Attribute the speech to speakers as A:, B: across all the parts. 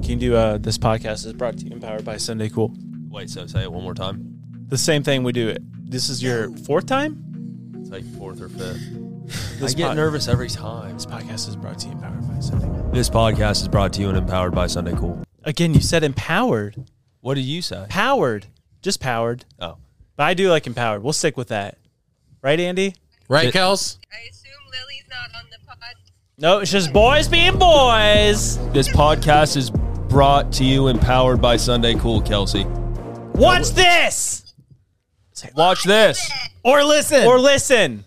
A: Can you do uh, this podcast is brought to you and powered by Sunday Cool.
B: Wait, so say it one more time.
A: The same thing we do. This is your fourth time.
B: It's like fourth or fifth. I
A: This
B: get
A: pod-
B: nervous every time.
A: This podcast is brought to you and powered by Sunday Cool.
B: This podcast is brought to you and empowered by Sunday Cool.
A: Again, you said empowered,
B: What did you say?
A: powered, just powered.
B: Oh,
A: But I do like empowered. We'll stick with that, right, Andy?
C: Right, Kels?
D: I assume Lily's not on the pod.
A: No, it's just boys being boys.
B: this podcast is brought to you and powered by Sunday Cool, Kelsey.
A: Watch this
B: Watch this
C: Or listen.
A: or listen.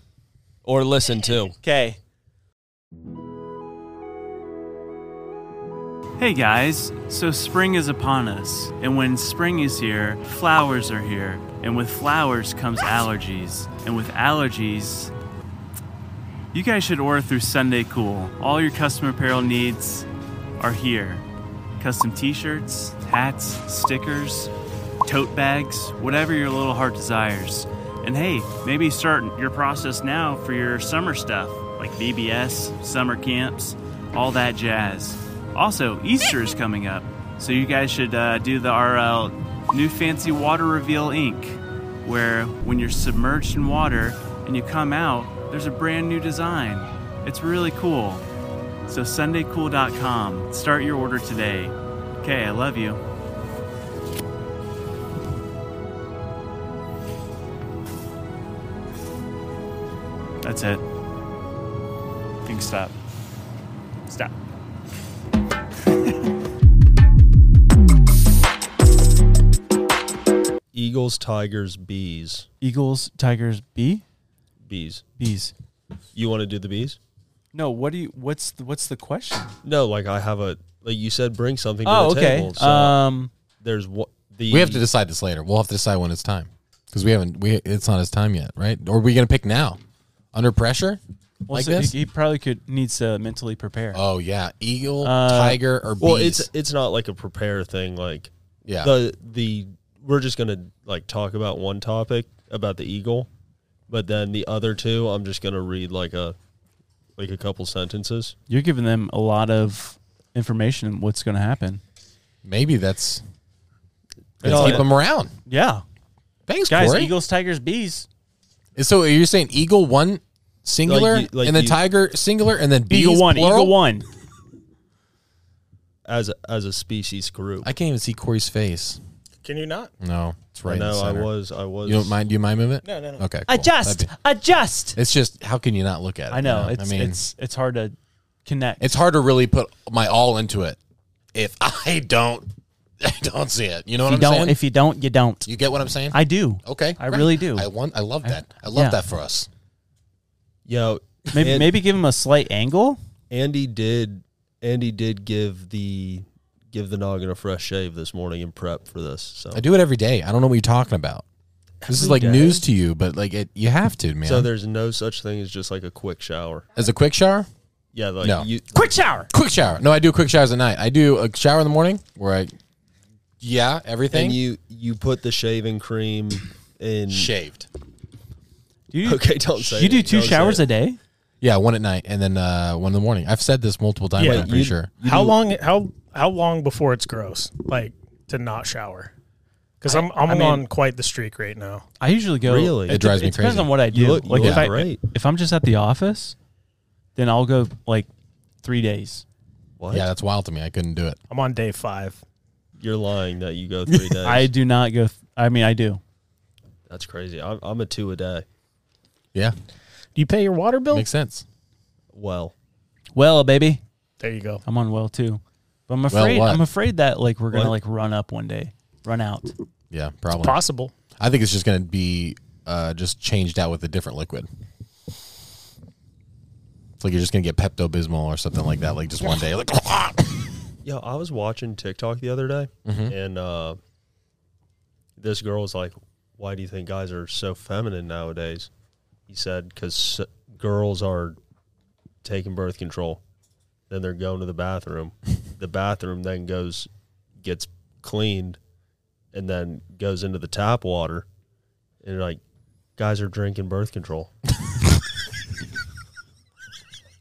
B: or listen to.
A: Okay.
E: Hey guys, so spring is upon us, and when spring is here, flowers are here, and with flowers comes allergies, and with allergies, you guys should order through Sunday Cool. All your custom apparel needs are here custom t shirts, hats, stickers, tote bags, whatever your little heart desires. And hey, maybe start your process now for your summer stuff, like VBS, summer camps, all that jazz. Also, Easter is coming up, so you guys should uh, do the RL New Fancy Water Reveal Ink, where when you're submerged in water and you come out, there's a brand new design. It's really cool. So, SundayCool.com. Start your order today. Okay, I love you. That's it. You can stop. Stop.
B: Eagles, Tigers, Bees.
E: Eagles, Tigers, B,
B: Bees.
E: bees.
B: You want to do the bees?
E: No, what do you? What's the, what's the question?
B: No, like I have a like you said bring something to
A: Oh,
B: the
A: okay.
B: table. So
A: Um,
B: there's what the
C: We have to decide this later. We'll have to decide when it's time. Because we haven't, we it's not his time yet, right? Or are we going to pick now? Under pressure?
E: Well,
C: like
E: so
C: this?
E: He, he probably could needs to mentally prepare.
C: oh, yeah. Eagle,
E: Uh,
C: tiger, or bees.
B: Well, it's it's not like a prepare thing like
C: yeah.
B: the the we're just gonna like talk about one topic about the eagle, but then the other two I'm just gonna read like a like a couple sentences.
E: You're giving them a lot of information. on What's going to happen?
C: Maybe that's,
B: And
C: let's
B: all
C: keep
B: that-
C: them around.
E: Yeah,
C: Thanks,
E: guys.
C: Corey.
E: Eagles, Tigers, bees.
C: So you're saying eagle one singular
B: Like you- like
C: and then
B: you-
C: tiger singular and then bees,
E: Eagle one.
C: plural?
E: Eagle one.
B: as a, as a species group.
C: I can't even see Corey's face.
F: Can you not?
C: No, it's right. in the
B: no, I
C: center.
B: was I was
C: You don't mind? Do you mind moving it?
F: No, no, no.
C: Okay. cool.
E: Adjust.
C: That'd be-
E: adjust.
C: It's just how can you not look at it?
E: I know.
C: you
E: It's
C: I mean,
E: it's it's hard to connect.
C: it's hard to really put my all into it if I don't I don't see it. You know what I'm saying?
E: you don't, you don't.
C: you get what I'm saying?
E: I do.
C: okay.
E: I
C: great.
E: really do.
C: I want. I love that. I love
E: yeah.
C: that for us.
B: Yeah,
E: maybe
B: And-
E: maybe give him a slight angle.
B: Andy did Andy did give the give the noggin a fresh shave this morning in prep for this. So
C: I do it every day. I don't know what you're talking about. This is like news to you, but like it, you have to, man.
B: so there's no such thing as just like a quick shower.
C: As a quick shower,
B: Yeah, like
C: No.
B: you
E: Quick shower.
C: quick shower. No, I do quick showers at night. I do a shower in the morning where I, yeah, everything
B: and you you put the shaving cream in
C: shaved.
E: You,
B: Okay, don't say
E: You
B: it.
E: do 2
B: Don't say
E: showers
B: it.
E: a day.
C: Yeah, one at night and then uh, one in the morning. I've said this multiple times.
F: Yeah,
C: I'm pretty
B: you-
C: sure.
F: how long? How how long before it's gross? Like to not shower? Because I'm I'm
E: mean-
F: on quite the streak right now.
E: I usually go.
B: Really? It
C: drives me
E: Depends
C: crazy.
E: on what I do.
B: look- you
E: like
B: look
E: if I
B: great.
E: if I'm just at the office, then I'll go like three days.
B: what?
C: Yeah, that's wild to me. I couldn't do it.
F: I'm on day five.
B: You're lying that you go three days.
E: I do not go. Th- I mean, I do.
B: That's crazy. I'm, I'm a two a day.
C: Yeah,
F: Do you pay your water bill?
C: makes sense.
B: Well,
E: Well, baby,
F: There you go.
E: I'm on well too. But I'm
C: Well,
E: afraid.
C: what?
E: I'm afraid that like we're gonna
B: What?
E: like run up one day, run out.
C: Yeah, probably.
F: Possible.
C: I think it's just going to be uh, just changed out with a different liquid. It's like you're just going to get Pepto Bismol or something like that. Like just one day, like
B: Yo, I was watching TikTok the other day, and uh, this girl was like, "Why do you think guys are so feminine nowadays?" He said, "Because girls are taking birth control, then they're going to the bathroom. the bathroom then goes, gets cleaned, and then goes into the tap water, and like, guys are drinking birth control."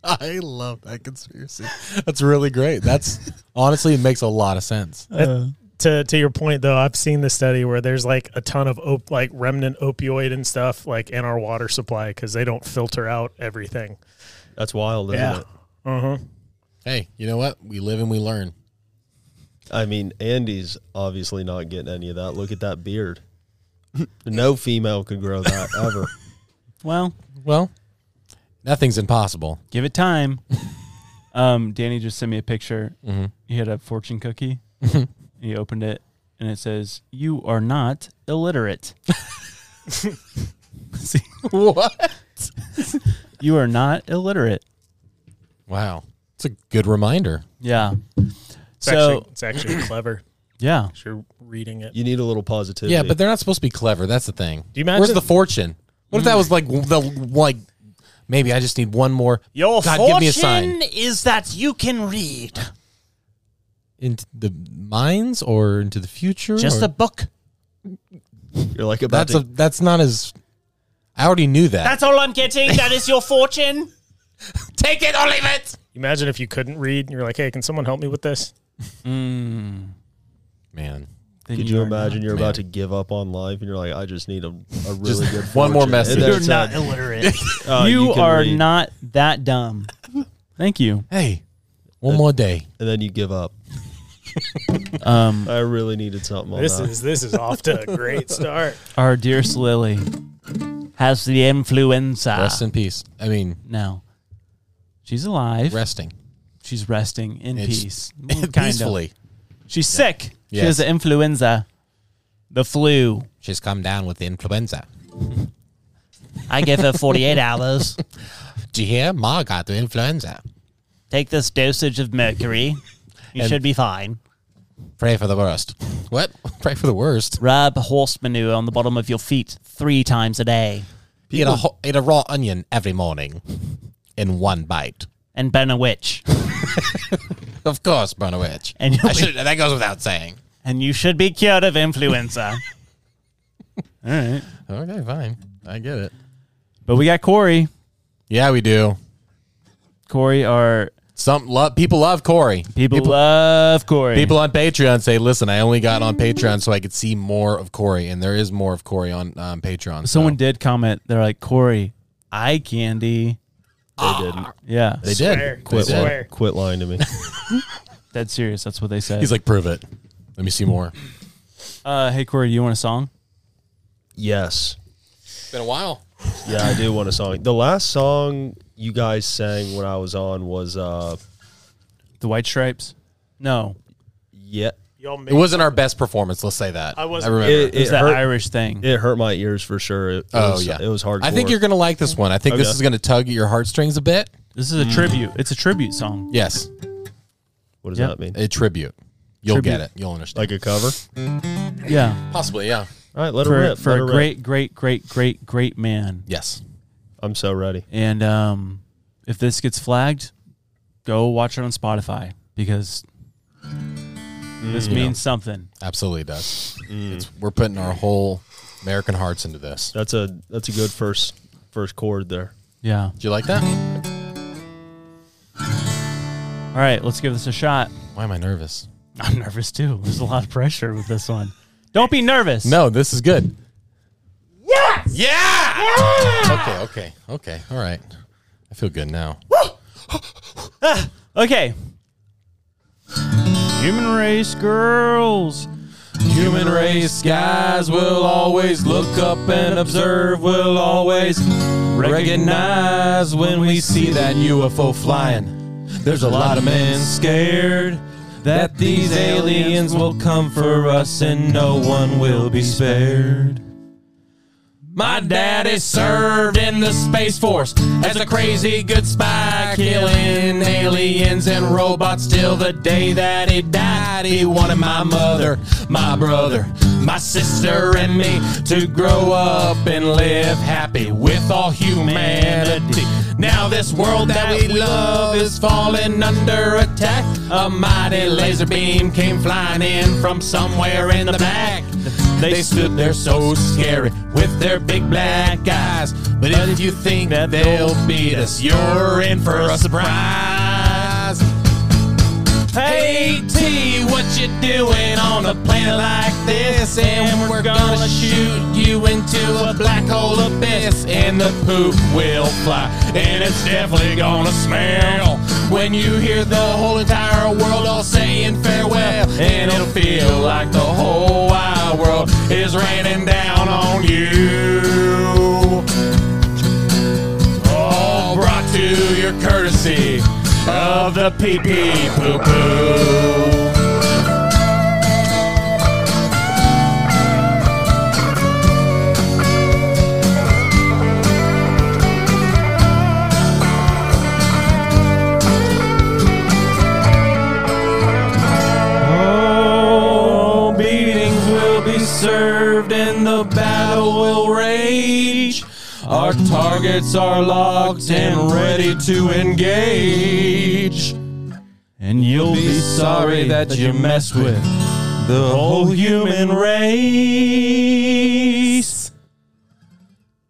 C: I love that conspiracy. That's really great. That's honestly, it makes a lot of sense.
F: to to your point though, I've seen the study where there's like a ton of op- like remnant opioid and stuff like in our water supply because they don't filter out everything.
B: That's wild, isn't
F: Yeah.
B: it?
C: Hey, you know what? We live and we learn.
B: I mean, Andy's obviously not getting any of that. Look at that beard. No female could grow that ever.
E: Well,
C: Well, nothing's impossible.
E: give it time. um, Danny just sent me a picture.
B: Mm-hmm.
E: He had a fortune cookie. he opened it, and it says, "You are not illiterate. See,
C: What?
E: you are not illiterate."
C: Wow. It's a good reminder.
E: Yeah.
F: It's
E: so
F: actually, it's actually clever.
E: yeah,
F: 'cause You're reading it.
B: You need a little positivity.
C: Yeah, but they're not supposed to be clever. That's the thing.
F: Do you imagine-
C: Where's the fortune? What if that was like the like? Maybe I just need one more.
G: Your
C: God,
G: fortune
C: give me a sign.
G: is that you can read.
C: Into the mines or into the future?
G: Just
C: or-
G: a book.
B: you're like about
C: That's
B: to,
C: a that's not as. I already knew that.
G: That's all I'm getting. That is your fortune.
C: Take it or leave it.
F: Imagine if you couldn't read and you're like, hey, can someone help me with this?
C: Man,
E: Then
B: could you
E: are
B: imagine
E: not-
B: you're
C: man.
B: about to give up on life and you're like, I just need a, a really good
C: one more
B: fortune.
C: message.
B: And then
C: You're
B: it's like,
G: illiterate.
B: uh,
E: you,
B: can
E: are
B: read.
E: not that dumb. Thank you.
C: hey, one more day.
B: And then you give up.
E: Um,
B: I really needed something on
F: This
B: that.
F: is this is off to a great start.
E: our dearest Lily.
G: Has the
E: Ah.
G: influenza.
C: Rest in peace. I mean,
E: No, she's alive.
C: resting
E: she's resting in
C: It's-
E: peace, Well, kind of.
C: peacefully.
E: She's sick.
C: Yes.
E: She has the influenza, the flu.
C: She's come down with influenza.
G: I give her 48 hours.
C: Do you hear? Ma got the influenza.
G: Take this dosage of mercury. You
C: And-
G: should be fine.
C: Pray for the worst. What? Pray for the worst.
G: Rub horse manure on the bottom of your feet three times a day
C: Eat a, ho- eat a raw onion every morning in one bite.
G: and burn a witch.
C: Of course, burn a witch.
G: And you'll
C: I
G: be-
C: should, that goes without saying.
G: And you should be cured of influenza.
E: All right,
C: Okay, fine. I get it.
E: but we got Corey.
C: Yeah, we do.
E: Corey, our
C: Some love people love Corey.
E: people, love Corey.
C: People on Patreon say, "Listen, I only got on Patreon so I could see more of Corey, and there is more of Corey on um, Patreon."
E: Someone did comment. They're like Corey, eye candy.
B: They didn't.
E: Yeah,
C: they
F: Swear.
C: did
B: Quit,
C: They
F: Swear.
C: did.
B: lying, quit lying to me.
E: dead serious. That's what they said.
C: He's like, "Prove it. Let me see more."
E: uh, "Hey Corey, you want a song?"
B: yes.
C: It's been a while.
B: Yeah, I do want a song. The last song you guys sang when I was on was, uh,
E: The White Stripes. No,
B: yeah,
F: Y'all
C: It
F: made,
C: wasn't our best performance. Let's say that.
F: I wasn't-
C: I remember.
B: it,
E: it was
B: it
E: that
B: hurt,
E: Irish thing.
B: it hurt my ears for sure. It, it
C: oh
B: was,
C: yeah,
B: it was hard.
C: I think you're gonna like this one. I think this
B: Okay.
C: is gonna tug at your heartstrings a bit.
E: this is a tribute. It's a tribute song.
C: Yes,
B: What does
E: Yeah.
B: that mean?
C: a tribute. You'll
E: Tribute.
C: get it. You'll
B: Like
C: understand.
B: a cover?
E: Yeah,
C: Possibly, yeah.
B: All right, let her
E: for
B: rip.
E: for
B: let
E: a
B: her rip.
E: great, great, great, great, great man.
C: Yes.
B: I'm so ready.
E: And um, if this gets flagged, go watch it on Spotify because this means something.
C: Absolutely does. It's, we're putting our whole American hearts into this.
B: That's a that's a good first first chord there.
E: Yeah.
C: Do you like that?
E: All right, let's give this a shot.
C: Why am I nervous?
E: I'm nervous too. There's a lot of pressure with this one. Don't be nervous.
C: No, this is good. Yes! Yeah! Okay, okay, okay. All right. I feel good now.
E: Okay. Human race girls. Human race guys will always look up and observe, will always recognize when we see that UFO flying. There's a lot of men scared that these aliens will come for us and no one will be spared.
C: My dad is served in the Space Force as a crazy good spy, killing aliens and robots till the day that he died. He wanted my mother, my brother, my sister, and me to grow up and live happy with all humanity. Now, this world that we love is falling under attack. A mighty laser beam came flying in from somewhere in the back. They stood there so scary with their big black eyes. But if you think that they'll beat us, you're in for a surprise. Hey T, what you doing on a planet like this? And we're gonna shoot you into a black hole abyss, and the poop will fly, and it's definitely gonna smell. When you hear the whole entire world all saying farewell, and it'll feel like the whole wide world is raining down on you. All brought to your courtesy of the pee pee poo poo.
H: Oh, beatings will be served and the battle will rage. Our targets are locked and ready to engage.
E: And you'll
H: Be sorry that you messed with the whole human race.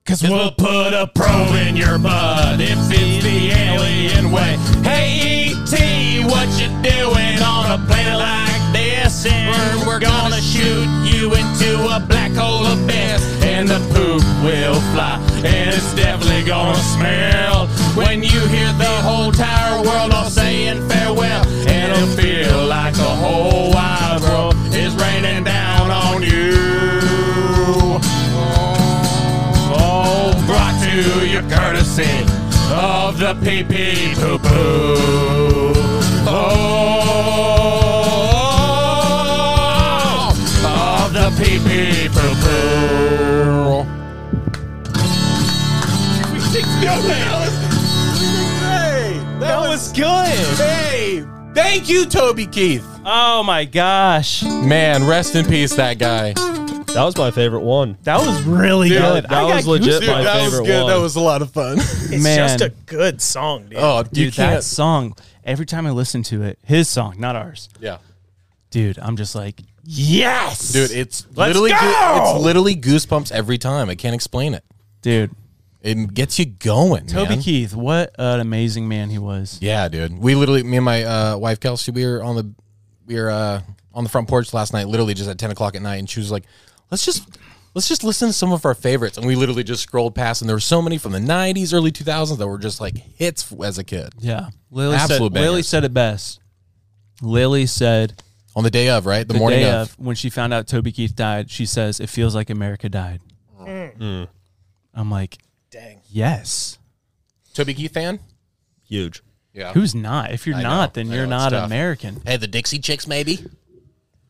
C: Cause we'll put a probe in your butt if it's the alien way. Hey E.T., what you doing on a planet like this? And we're gonna shoot you into a black hole abyss. And the poop will fly, and it's definitely gonna smell. When you hear the whole entire world all saying farewell, and it'll feel like the whole wide world is raining down on you. Oh, brought to you courtesy of the pee pee poo poo. Oh, of the pee pee poo poo.
H: That was good.
C: Hey, thank you, Toby Keith.
H: Oh my gosh.
C: Man, rest in peace, that guy.
B: That was my favorite one.
H: That was really
C: Dude,
H: good.
B: that was legit my
C: that
B: favorite
C: was good.
B: one.
C: That was a lot of fun.
F: It's
E: Man.
F: just a good song, dude.
C: oh,
E: Dude,
C: you
E: that
C: can't.
E: song, every time I listen to it, his song, not ours.
C: yeah.
E: Dude, I'm just like,
H: yes.
C: Dude, it's
H: Let's
C: literally
H: go!
C: goo- it's literally goosebumps every time. I can't explain it.
E: dude,
C: It gets you going,
E: Toby
C: man.
E: Keith, what an amazing man he was.
C: Yeah, dude. We literally, me and my uh, wife Kelsey, we were on the we were uh, on the front porch last night, literally just at ten o'clock at night, and she was like, "Let's just let's just listen to some of our favorites." And we literally just scrolled past, and there were so many from the '90s, early 2000s that were just like hits f- as a kid.
E: Yeah. Lily
C: Absolute
E: said, Lily
C: bangers.
E: said it best. Lily said
C: On the day of, right, the,
E: the
C: morning
E: day
C: of.
E: of when she found out Toby Keith died, she says, It feels like America died.
C: Mm.
E: Mm. I'm like,
F: Dang.
E: Yes.
C: Toby Keith fan.
B: Huge.
C: Yeah.
E: Who's not? If you're
C: I know,
E: not, then
C: I
E: you're
C: know, it's
E: not
C: tough.
E: American.
C: Hey, the Dixie Chicks, maybe.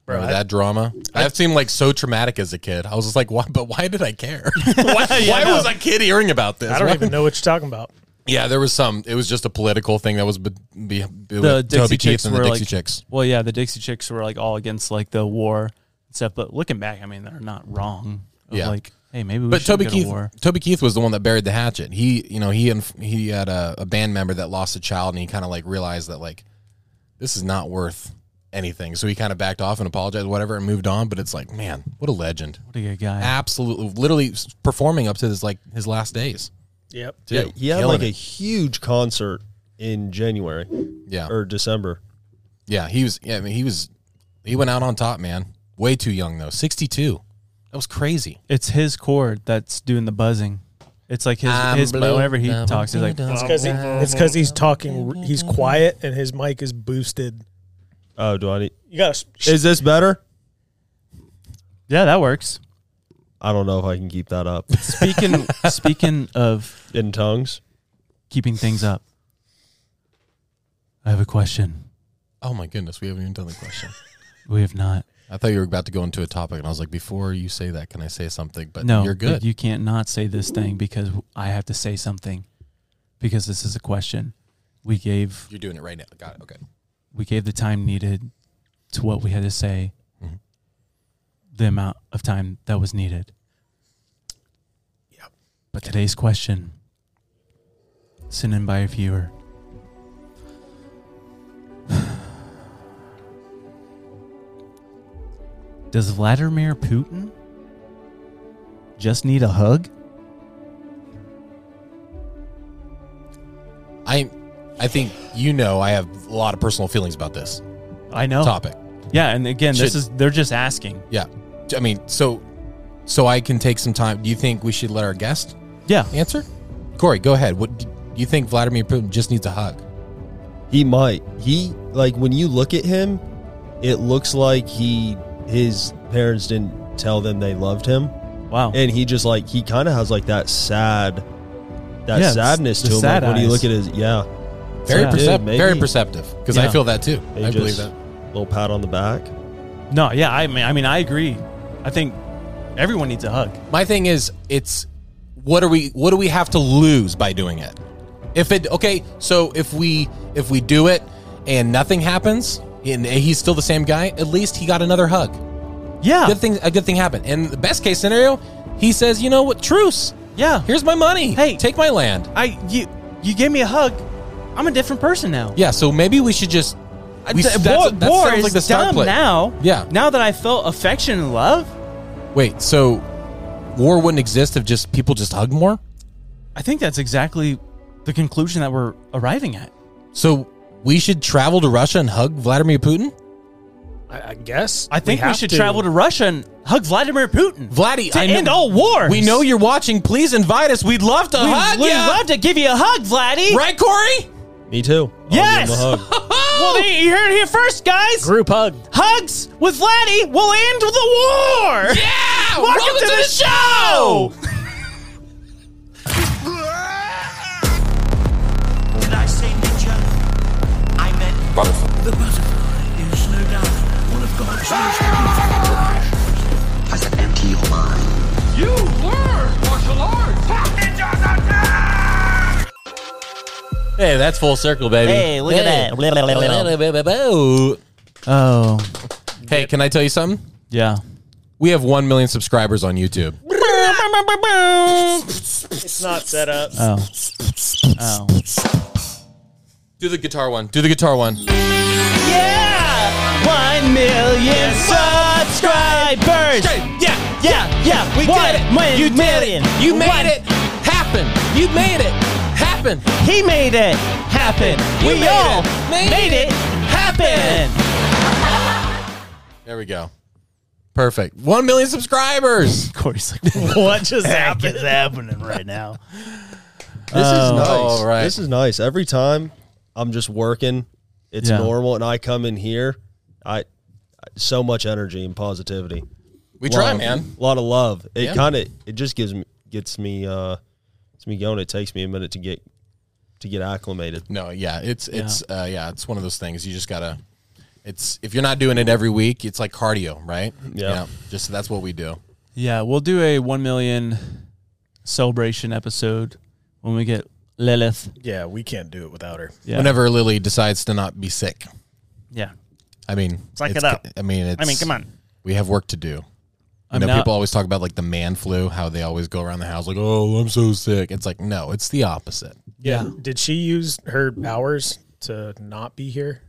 C: Bro,
F: I-
C: that drama that seemed like so traumatic as a kid. I was just like, why? But why did I care? why why was a kid hearing about this?
F: I don't
C: right?
F: even know what you're talking about.
C: Yeah, there was some. It was just a political thing that was be, be,
E: The
C: with
E: Dixie
C: Toby Keith
E: Chicks
C: and
E: were
C: the Dixie
E: like,
C: Chicks.
E: Well, yeah, the Dixie Chicks were like all against like the war and stuff. But looking back, I mean, they're not wrong. Of,
C: Mm-hmm. Yeah.
E: Like, hey, maybe we
C: But
E: should
C: Toby
E: go
C: Keith,
E: to war.
C: Toby Keith was the one that buried the hatchet. He, you know, he and he had a, a band member that lost a child, and he kind of like realized that like this is not worth anything. So he kind of backed off and apologized, whatever, and moved on. But it's like, man, what a legend!
E: What a good
C: Ah.
E: guy.
C: Absolutely, literally performing up to his like his last days.
F: Yep.
B: Yeah,
C: Dude,
B: he had
C: killing
B: like a
C: it.
B: huge concert in January
C: yeah,
E: Er
B: or December.
C: yeah. He was, yeah, I mean, he was, he went out on top, man. Way too young though, sixty two. That was crazy.
E: It's his chord that's doing the buzzing. It's like his, his whenever he talks, he's like,
F: It's because he, it's 'cause he's talking. He's quiet and his mic is boosted.
B: Oh, do I need?
F: You got to.
B: Is this better?
E: yeah, that works.
B: I don't know if I can keep that up
E: Speaking speaking of
B: in tongues.
E: keeping things up, I have a question.
C: Oh my goodness, we haven't even done the question.
E: We have not.
C: I thought you were about to go into a topic, and I was like, before you say that, can I say something? But
E: no,
C: you're
E: but
C: good.
E: you can't not say this thing because I have to say something because this is a question. We gave
C: are doing it right now. Got it. Okay.
E: we gave the time needed to what we had to say,
C: Mhm.
E: the amount of time that was needed.
C: Yep.
E: But today's question, sent in by a viewer. Does Vladimir Putin just need a hug?
C: I, I think you know I have a lot of personal feelings about this
E: I know.
C: topic.
E: Yeah, and again, this
C: Should-
E: is they're just asking.
C: Yeah. I mean, so, so I can take some time. Do you think we should let our guest
E: Yeah.
C: answer? Corey, go ahead. What do you think? Vladimir Putin just needs a hug.
B: He might. He like when you look at him, it looks like he his parents didn't tell them they loved him,
E: Wow.
B: and he just like he kind of has like that sad, that
E: Yeah, the s-
B: sadness
E: the
B: to him.
E: sad
B: like, when you
E: eyes.
B: look at his yeah,
C: Very
E: Yeah.
C: percep-
B: Dude,
C: very
B: maybe.
C: perceptive because I
E: Yeah.
C: feel that too.
B: They
C: I believe
B: just-
C: that.
B: little pat on the back.
E: No, yeah, I mean, I mean, I agree. I think everyone needs a hug.
C: My thing is, it's what are we? What do we have to lose by doing it? If it okay, so if we if we do it and nothing happens, and he's still the same guy, at least he got another hug.
E: Yeah,
C: Good thing, a good thing happened. And the best case scenario, he says, you know what? Truce.
E: yeah.
C: Here's my money.
E: Hey.
C: take my land.
E: I you you gave me a hug. I'm a different person now.
C: Yeah. So maybe we should just.
E: I-
C: we-
E: th-
C: that's-
E: war,
C: that
E: war
C: sounds
E: is
C: like the star
E: dumb
C: play.
E: now.
C: Yeah.
E: Now that I felt affection and love,
C: Wait. So war wouldn't exist if just people just hugged more.
E: I think that's exactly the conclusion that we're arriving at.
C: So we should travel to Russia and hug Vladimir Putin.
F: I, I guess.
E: I think we,
F: have
E: should travel to Russia and hug Vladimir Putin.
C: Vladdy,
E: to
C: I know-
E: end all wars.
C: We know you're watching. Please invite us. We'd love to
E: We,
C: hug
E: we
C: you.
E: love to give you a hug, Vladdy.
C: right, Corey? Oh,
B: Me too. I'll give him
E: Yes!
B: a hug.
E: Well, there- you heard it here first, guys.
F: Group hug.
E: Hugs with Vladdy will end the war.
C: Yeah!
E: Welcome, to, the, show!
I: Did I say ninja? I meant butterfly. The butterfly is no doubt one of God's most beautiful Has an empty your mind. You were martial arts. Ninjas attack!
C: Hey, that's full circle, baby.
E: Hey, look at that. Blah, blah, blah, blah,
C: that.
E: Oh,
C: Hey, can I tell you something?
E: yeah.
C: We have 1 million subscribers on YouTube.
F: It's not set up.
E: Oh. Oh.
C: Do the guitar one. Do the guitar one.
E: Yeah! One million subscribers!
C: Yeah.
E: Yeah, yeah,
C: We
E: One
C: did it.
E: mi-
C: you
E: million.
C: Did it. You made
E: One-
C: it happen. You made it happen.
E: He made it happen.
C: You
E: we
C: made
E: all
C: it. Made
E: made it happen.
C: There we go. Perfect. 1 million subscribers.
E: Corey's like,
F: What just happened?
E: is happening right now?
B: This is
E: Oh.
B: nice.
C: all right.
B: This is nice. Every time I'm just working, it's
E: Yeah.
B: normal, and I come in here, I so much energy and positivity.
C: We try,
B: Love.
C: man.
B: A lot of love. It
C: Yeah.
B: kind of it just gives me gets me uh gets me going. It takes me a minute to get to get acclimated.
C: No, yeah, it's it's yeah. Uh, yeah, it's one of those things you just gotta. It's if you're not doing it every week, it's like cardio, right?
B: Yeah.
C: just that's what we do.
E: Yeah, we'll do a 1 million celebration episode when we get Lilith.
F: Yeah, we can't do it without her.
E: Yeah.
C: Whenever Lily decides to not be sick,
E: Yeah.
C: I mean,
F: Suck it up.
C: I mean, it's,
F: I mean, come on.
C: we have work to do. I
E: I'm
C: know
E: not-
C: people always talk about like the man flu, how they always go around the house like, "Oh, I'm so sick." It's like, no, it's the opposite.
E: Yeah.
F: Did she use her hours to not be here?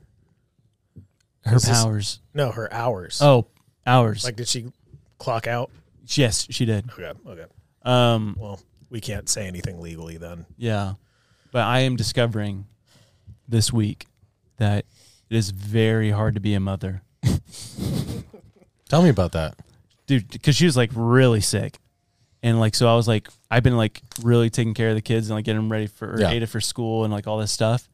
E: Her
F: this-
E: powers.
F: No, her hours.
E: Oh, hours.
F: Like, did she clock out?
E: yes, she did.
F: Okay. Okay.
E: Um,
F: Well, we can't say anything legally then.
E: Yeah. But I am discovering this week that it is very hard to be a mother.
C: Tell me about that.
E: Dude, because she was like really sick. And like, so I was like, I've been like really taking care of the kids and like getting them ready for or
C: Yeah.
E: Ada for school and like all this stuff.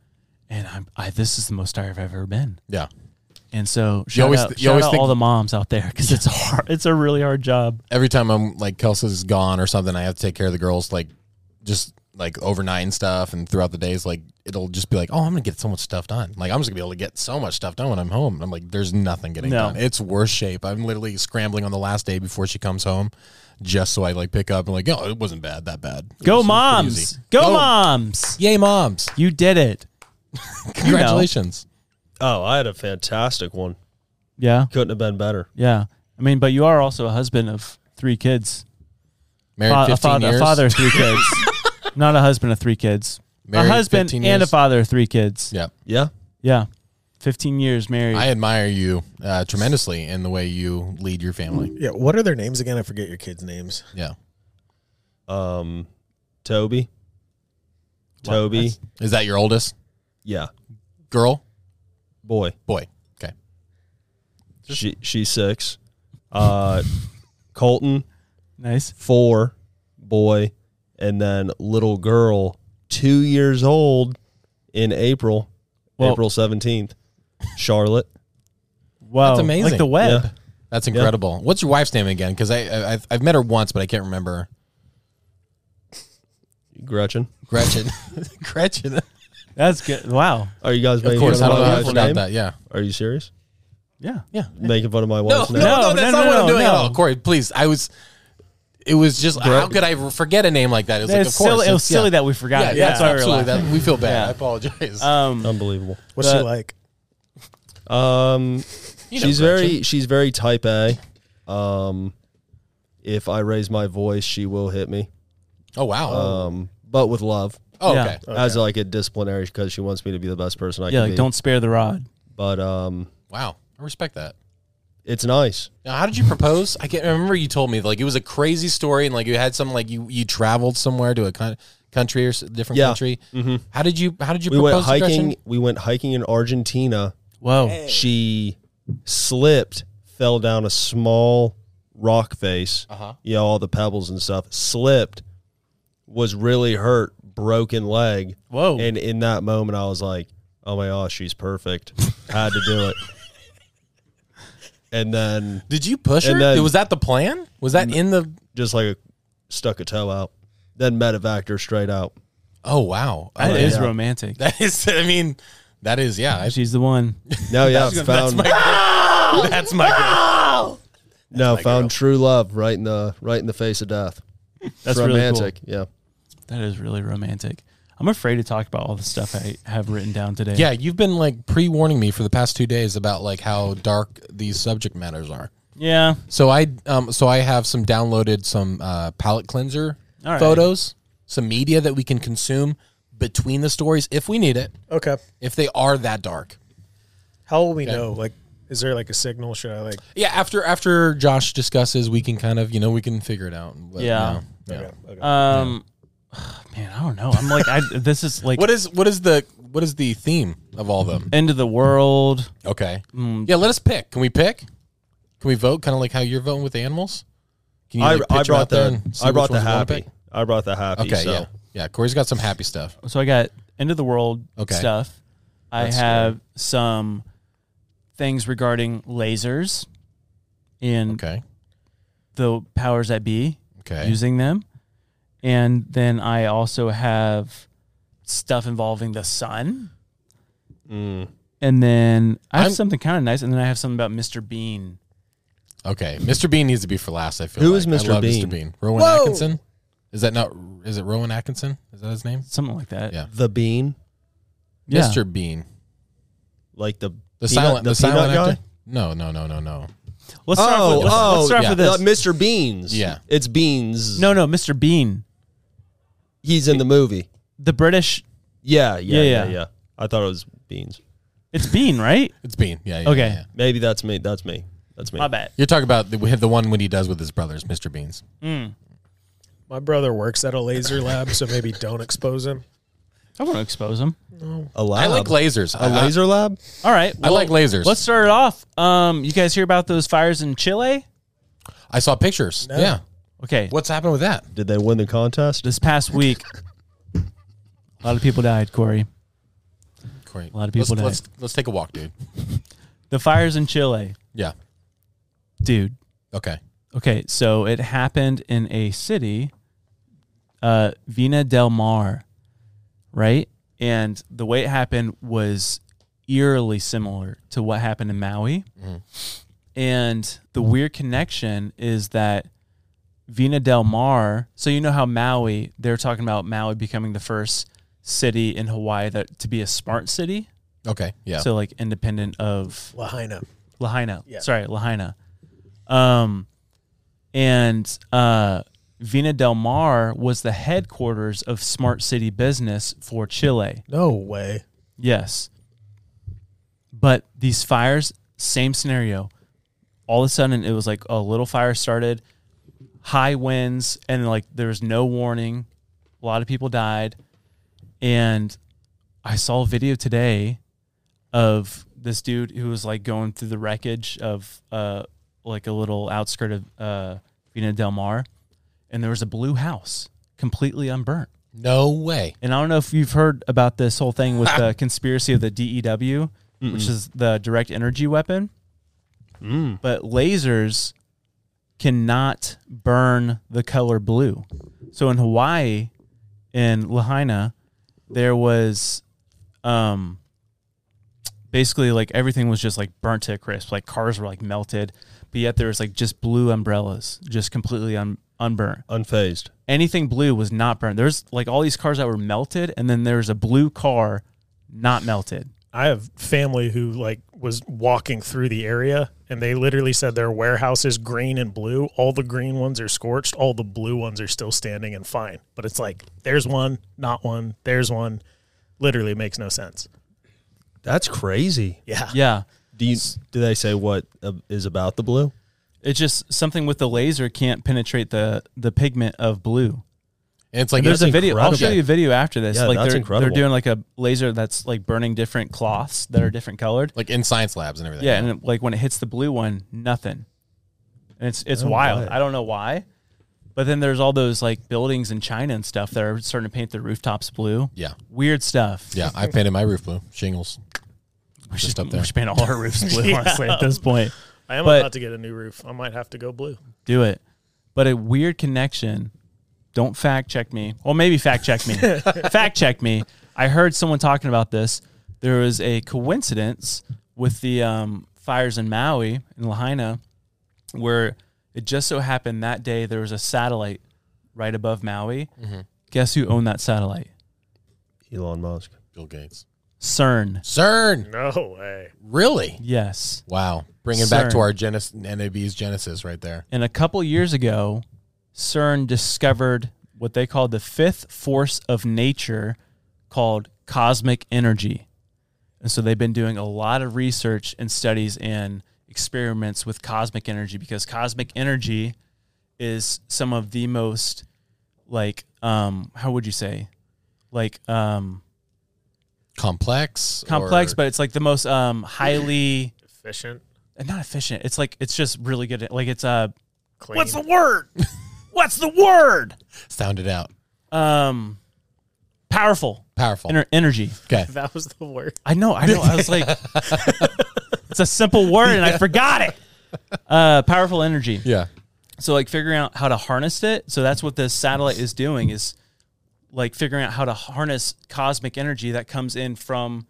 E: And I'm, I, this is the most tired I've ever been.
C: Yeah,
E: And so shout
C: always
E: out,
C: th- you
E: shout
C: always
E: out
C: think-
E: all the moms out there because it's hard. It's a really hard job.
C: every time I'm like Kelsey's gone or something, I have to take care of the girls. Like, just like overnight and stuff, and throughout the days, like it'll just be like, oh, I'm gonna get so much stuff done. Like I'm just gonna be able to get so much stuff done when I'm home. And I'm like, there's nothing getting
E: No.
C: done. It's worse shape. I'm literally scrambling on the last day before she comes home, just so I like pick up and like, oh, it wasn't bad, that bad. It
E: Go
C: was- it was pretty
E: moms.
C: easy.
E: Go moms.
C: Yay moms.
E: You did it.
C: Congratulations.
B: Oh, I had a fantastic one.
E: Yeah.
B: Couldn't have been better.
E: Yeah. I mean, but you are also a husband of three kids.
C: Married
E: Fa- a
C: 15
E: father,
C: years.
E: A father of three kids. Not a husband of three kids.
C: Married
E: a husband
C: 15
E: and a
C: years.
E: father of three kids.
C: Yeah.
B: Yeah.
E: Yeah. 15 years married.
C: I admire you uh, tremendously in the way you lead your family.
J: Yeah. What are their names again? I forget your kids' names.
C: Yeah.
B: Um, Toby. Toby.
C: Is that your oldest
B: Yeah.
C: girl?
B: Boy.
C: Boy. Okay.
B: She she's six. Uh, Colton
E: nice.
B: four, boy, and then little girl two years old in April,
E: Well-
B: April seventeenth. Charlotte.
E: Wow.
C: That's amazing.
E: Like the web.
B: Yeah.
C: That's incredible. What's your wife's name again? Because I, I I've, I've met her once, but I can't remember.
B: Gretchen.
C: Gretchen. Gretchen.
E: That's good. Wow.
B: Are you guys
C: Of
B: making
C: course, I
B: fun
C: don't
B: of my
C: know
B: wife's
C: about
B: name?
C: that. Yeah.
B: Are you serious?
E: Yeah.
C: Yeah.
B: Making fun of my wife's name?
E: no, no, no, no, no.
C: Oh, Corey, please. I was. It was just how could I forget a name like that? It was like,
E: It's
C: of course,
E: silly, it was
C: it's- yeah.
E: silly that we forgot
C: Yeah,
E: it.
C: yeah,
E: That's why we were
C: absolutely.
E: laughing.
C: That, we feel bad.
E: Yeah.
C: I apologize. Oh,
E: Um,
B: Unbelievable.
J: What's she
E: The-
J: like?
B: Um,
C: You know
B: she's
C: Gretchen.
B: very she's very type A. Um, if I raise my voice, she will hit me.
C: oh wow.
B: Um, but with love,
C: oh
E: Uh, yeah.
C: okay.
B: as like a disciplinary, because she wants me to be the best person I
E: yeah,
B: can
E: like
B: be.
E: don't spare the rod.
B: But um,
C: Wow. I respect that.
B: it's nice.
C: Now, how did you propose? I can't I remember. You told me like it was a crazy story, and like you had some like you you traveled somewhere to a con- country or s- different
B: Yeah.
C: country. Mm-hmm. How did you How did you
B: We went
C: propose? to
B: hiking.
C: Gretchen?
B: We went hiking in Argentina.
E: Whoa.
B: She slipped, fell down a small rock face.
C: Uh-huh.
B: You know all the pebbles and stuff. Slipped, was really hurt, broken leg.
E: Whoa.
B: And in that moment, I was like, "Oh my gosh, she's perfect." Had to do it. And then
C: Did you push her?
B: And then-
C: was that the plan? Was that in the?
B: just like a, stuck a toe out, then medevaced her straight out.
C: Oh wow,
E: That is
C: Oh, yeah.
E: romantic.
C: That is. I mean, that is yeah. I,
E: She's the one.
B: No, yeah, found
C: that's my. girl.
B: no found true love right in the right in the face of death.
E: That's really cool.
B: romantic. Yeah.
E: That is really romantic. I'm afraid to talk about all the stuff I have written down today.
C: Yeah, you've been like pre-warning me for the past two days about like how dark these subject matters are.
E: Yeah.
C: So I um so I have some downloaded some uh, palette cleanser
E: All right.
C: photos, some media that we can consume between the stories if we need it,
J: Okay.
C: if they are that dark.
J: How will we know? Like, is there like a signal? Should I like?
C: Yeah, after after Josh discusses, we can kind of you know we can figure it out. But
E: Yeah.
C: no, yeah.
E: Um, man, I don't know. I'm like, I this is like
C: What is what is the what is the theme of all of them?
E: end of the world.
B: Mm.
C: Okay. Yeah, let us pick. Can we pick? Can we vote? Kind of like how you're voting with the animals. Can
B: I,
C: like, pitch
B: I
C: 'em
B: brought
C: out there
B: the
C: and see
B: I
C: which
B: brought the
C: ones you wanna
B: happy.
C: pick?
B: I brought the happy.
C: Okay,
B: so.
C: yeah, yeah. Corey's got some happy stuff.
E: So I got end of the world
C: Okay.
E: stuff. I
C: That's
E: have some things regarding lasers and
C: Okay,
E: the powers that be
C: okay.
E: using them, and then I also have stuff involving the sun.
B: Mm.
E: And then I have
C: I'm-
E: something kind of nice, and then I have something about Mr. Bean.
C: Okay, Mr. Bean needs to be for last. I feel
B: Who
C: like.
B: is
C: I
B: Mr.
C: love
B: Bean?
C: Mr. Bean. Rowan Atkinson. Is that not? Is it Rowan Atkinson? Is that his name?
E: Something like that.
C: Yeah.
B: The bean,
E: Yeah.
C: Mr. Bean,
B: like the
C: the
B: peanut-
C: silent, the,
B: peanut
C: silent
B: guy?
C: actor. No, no, no, no, no.
E: Let's start
B: Oh,
E: with, let's,
B: oh,
E: let's start
C: yeah.
E: with this.
B: Uh, Mr. Beans.
C: Yeah.
B: it's Beans.
E: No, no, Mr. Bean,
B: he's in the movie.
E: the British.
B: Yeah, yeah,
E: Yeah,
B: yeah, yeah.
E: yeah.
B: I thought it was Beans.
E: It's Bean, right?
C: It's Bean. Yeah. yeah,
E: Okay.
C: yeah, yeah.
B: Maybe that's me. That's me. That's me.
E: My bad.
C: You're talking about the, the one when he does with his brothers, Mr. Beans.
J: My brother works at a laser lab, so maybe don't expose him.
E: I want to expose him.
B: A lab.
C: I like lasers.
B: a laser lab.
E: All right.
C: I, I like lasers.
E: Let's start it off. Um, you guys hear about those fires in Chile?
C: I saw pictures. Yeah.
E: Okay.
C: What's happened with that?
B: Did they win the contest?
E: This past week, a lot of people died, Corey.
C: Corey,
E: A lot of people
C: Let's, let's let's take a walk, dude.
E: The fires in Chile,
C: Yeah.
E: dude.
C: Okay.
E: Okay, so it happened in a city uh, Vina Del Mar, right? And the way it happened was eerily similar to what happened in Maui. And the weird connection is that Vina Del Mar, so you know how Maui, they're talking about Maui becoming the first city in Hawaii that to be a smart city.
C: Okay, yeah.
E: So like independent of
J: Lahaina.
E: Lahaina.
J: Yeah.
E: Sorry, Lahaina. Um and uh Vina Del Mar was the headquarters of smart city business for Chile.
J: No way.
E: Yes. But these fires, same scenario. All of a sudden, it was like a little fire started, high winds, and like there was no warning. A lot of people died. And I saw a video today of this dude who was like going through the wreckage of uh, like a little outskirt of uh, Vina Del Mar. And there was a blue house completely unburnt.
C: No way.
E: And I don't know if you've heard about this whole thing with the conspiracy of the DEW, which
C: Mm-mm.
E: is the direct energy weapon. But lasers cannot burn the color blue. So in Hawaii, in Lahaina, there was um, basically like everything was just like burnt to a crisp. Like cars were like melted, but yet there was like just blue umbrellas, just completely un- unburnt,
B: unfazed.
E: Anything blue was not burnt. There's like all these cars that were melted, and then there's a blue car not melted.
F: I have family who like was walking through the area and they literally said their warehouse is green and blue. All the green ones are scorched, all the blue ones are still standing and fine. But it's like there's one, not one, there's one. Literally makes no sense.
B: That's crazy.
F: Yeah.
E: Yeah.
B: Do you do they say what uh, is about the blue?
E: It's just something with the laser can't penetrate the the pigment of blue.
C: And it's like-
E: there's a
C: That's
E: video. I'll show
C: incredible.
E: you a video after this.
C: Yeah,
E: like
C: that's
E: they're
C: incredible.
E: they're doing like a laser that's like burning different cloths that are different colored,
C: like in science labs and everything.
E: Yeah, and it- like when it hits the blue one, nothing. And it's it's
C: Oh,
E: wild.
C: right.
E: I don't know why. But then there's all those like buildings in China and stuff that are starting to paint their rooftops blue.
C: Yeah.
E: Weird stuff.
C: Yeah, I painted my roof blue shingles.
E: We
C: Just
E: should-
C: up there.
E: we should paint all our roofs blue, honestly, at this point.
F: I am
E: But-
F: about to get a new roof. I might have to go blue.
E: Do it. But a weird connection. Don't fact check me. Well, maybe fact check me. fact check me. I heard someone talking about this. There was a coincidence with the um, fires in Maui in Lahaina, where it just so happened that day there was a satellite right above Maui.
C: Mhm.
E: Guess who owned that satellite?
B: Elon Musk,
C: Bill Gates,
E: CERN.
C: CERN.
F: No way.
C: Really?
E: Yes.
C: Wow. Bringing back to
E: CERN.
C: our Genesis NAB's Genesis right there.
E: And a couple years ago, CERN discovered what they called the fifth force of nature called cosmic energy. And so they've been doing a lot of research and studies and experiments with cosmic energy because cosmic energy is some of the most like um how would you say like um
C: Complex.
E: complex
C: or-
E: but it's like the most um highly
F: Efficient.
E: and not efficient it's like it's just really good at, like it's uh
F: Clean.
E: what's the word what's the word
C: sound it out.
E: um powerful
C: Powerful.
E: Ener- energy
C: Okay.
F: That was the word.
E: i know i know i was like it's a simple word and i forgot it uh powerful energy
C: Yeah.
E: so like figuring out how to harness it so that's what this satellite is doing is like figuring out how to harness cosmic energy that comes in from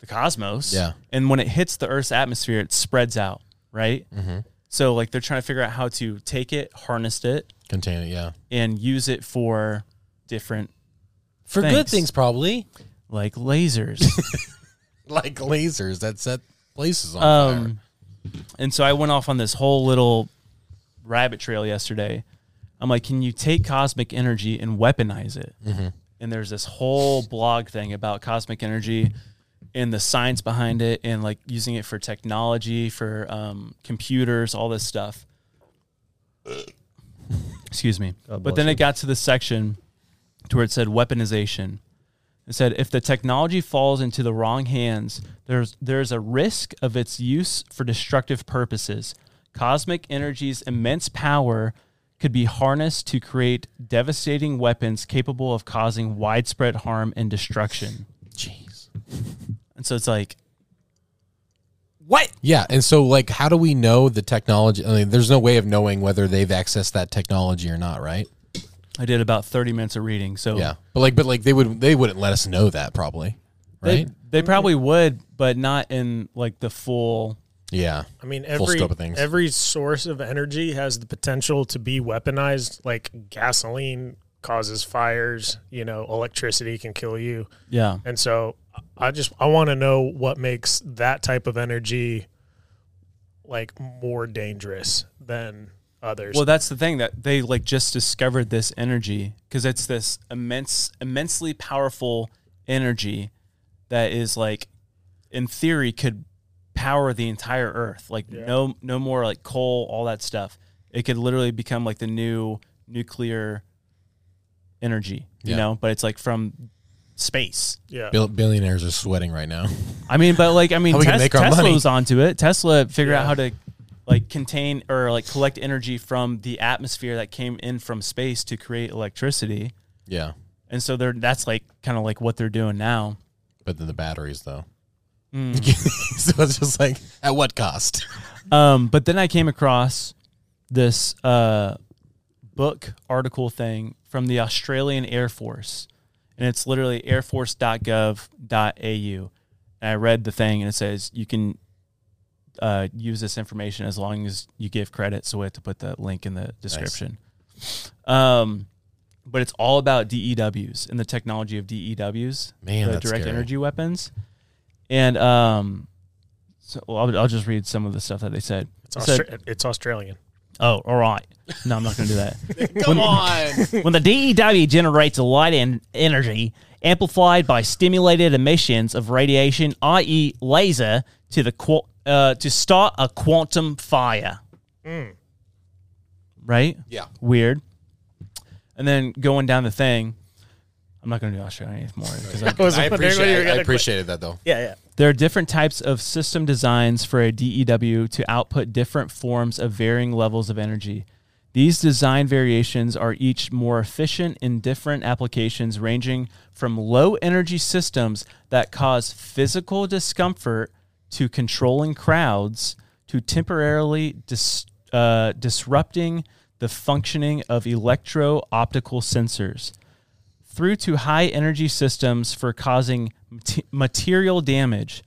E: the cosmos
C: Yeah.
E: and when it hits the earth's atmosphere it spreads out right
C: Mhm.
E: so like they're trying to figure out how to take it harness it
C: Contain it. Yeah.
E: and use it for different
C: For good things, probably.
E: like lasers
C: Like lasers that set places on fire.
E: um and so i went off on this whole little rabbit trail yesterday i'm like can you take cosmic energy and weaponize it
C: Mhm.
E: and there's this whole blog thing about cosmic energy and the science behind it and like using it for technology for um, computers all this stuff excuse me
K: God
E: but
K: bless
E: then
K: you.
E: it got to the section to where it said weaponization it said if the technology falls into the wrong hands there's there's a risk of its use for destructive purposes cosmic energy's immense power could be harnessed to create devastating weapons capable of causing widespread harm and destruction
C: jeez
E: and so it's like
C: What? Yeah, and so like, how do we know the technology? I mean, there's no way of knowing whether they've accessed that technology or not, right?
E: I did about thirty minutes of reading. So
C: Yeah, but like, but like they would they wouldn't let us know that probably,
E: they,
C: right?
E: they probably would, but not in like the full.
C: yeah,
F: I mean,
C: full
F: every
C: scope of things.
F: every source of energy has the potential to be weaponized. Like gasoline causes fires, you know, electricity can kill you.
E: Yeah.
F: And so I just I want to know what makes that type of energy like more dangerous than others.
E: Well, that's the thing that they like just discovered this energy because it's this immense, immensely powerful energy that is like, in theory, could power the entire Earth. Like no, no more like coal, all that stuff. It could literally become like the new nuclear energy, you
C: Yeah.
E: know. But it's like from space.
F: yeah.
C: Bill- billionaires are sweating right now.
E: I mean, but like, I mean,
C: How we gonna
E: Tes-
C: make our
E: Tesla
C: money?
E: was onto it. Tesla figured out
F: Yeah.
E: how to like contain or like collect energy from the atmosphere that came in from space to create electricity.
C: Yeah,
E: And so they're that's like kind of like what they're doing now.
C: but then the batteries though. Hmm.
E: Mm.
C: so it's just like at what cost?
E: Um, but then I came across this uh, book article thing from the Australian Air Force, and it's literally airforce.gov.au. And I read the thing, and it says you can uh, use this information as long as you give credit. So we have to put the link in the description. Um, but it's all about DEWs and the technology of DEWs,
C: Man,
E: the
C: that's
E: direct
C: scary.
E: energy weapons, and um. So well, I'll, I'll just read some of the stuff that they said.
F: It's,
E: It said-
F: Austra- it's Australian.
E: oh, all right. No, I'm not going to do that.
C: Come on.
E: when the DEW generates a light and energy amplified by stimulated emissions of radiation, i.e., laser, to the qu- uh, to start a quantum fire. Right?
C: Yeah.
E: Weird. And then going down the thing, I'm not going to do Australia anymore because I
C: I appreciate. I appreciated that though.
F: Yeah, yeah.
E: there are different types of system designs for a DEW to output different forms of varying levels of energy. These design variations are each more efficient in different applications, ranging from low energy systems that cause physical discomfort to controlling crowds to temporarily dis- uh, disrupting the functioning of electro optical sensors through to high energy systems for causing mate- material damage.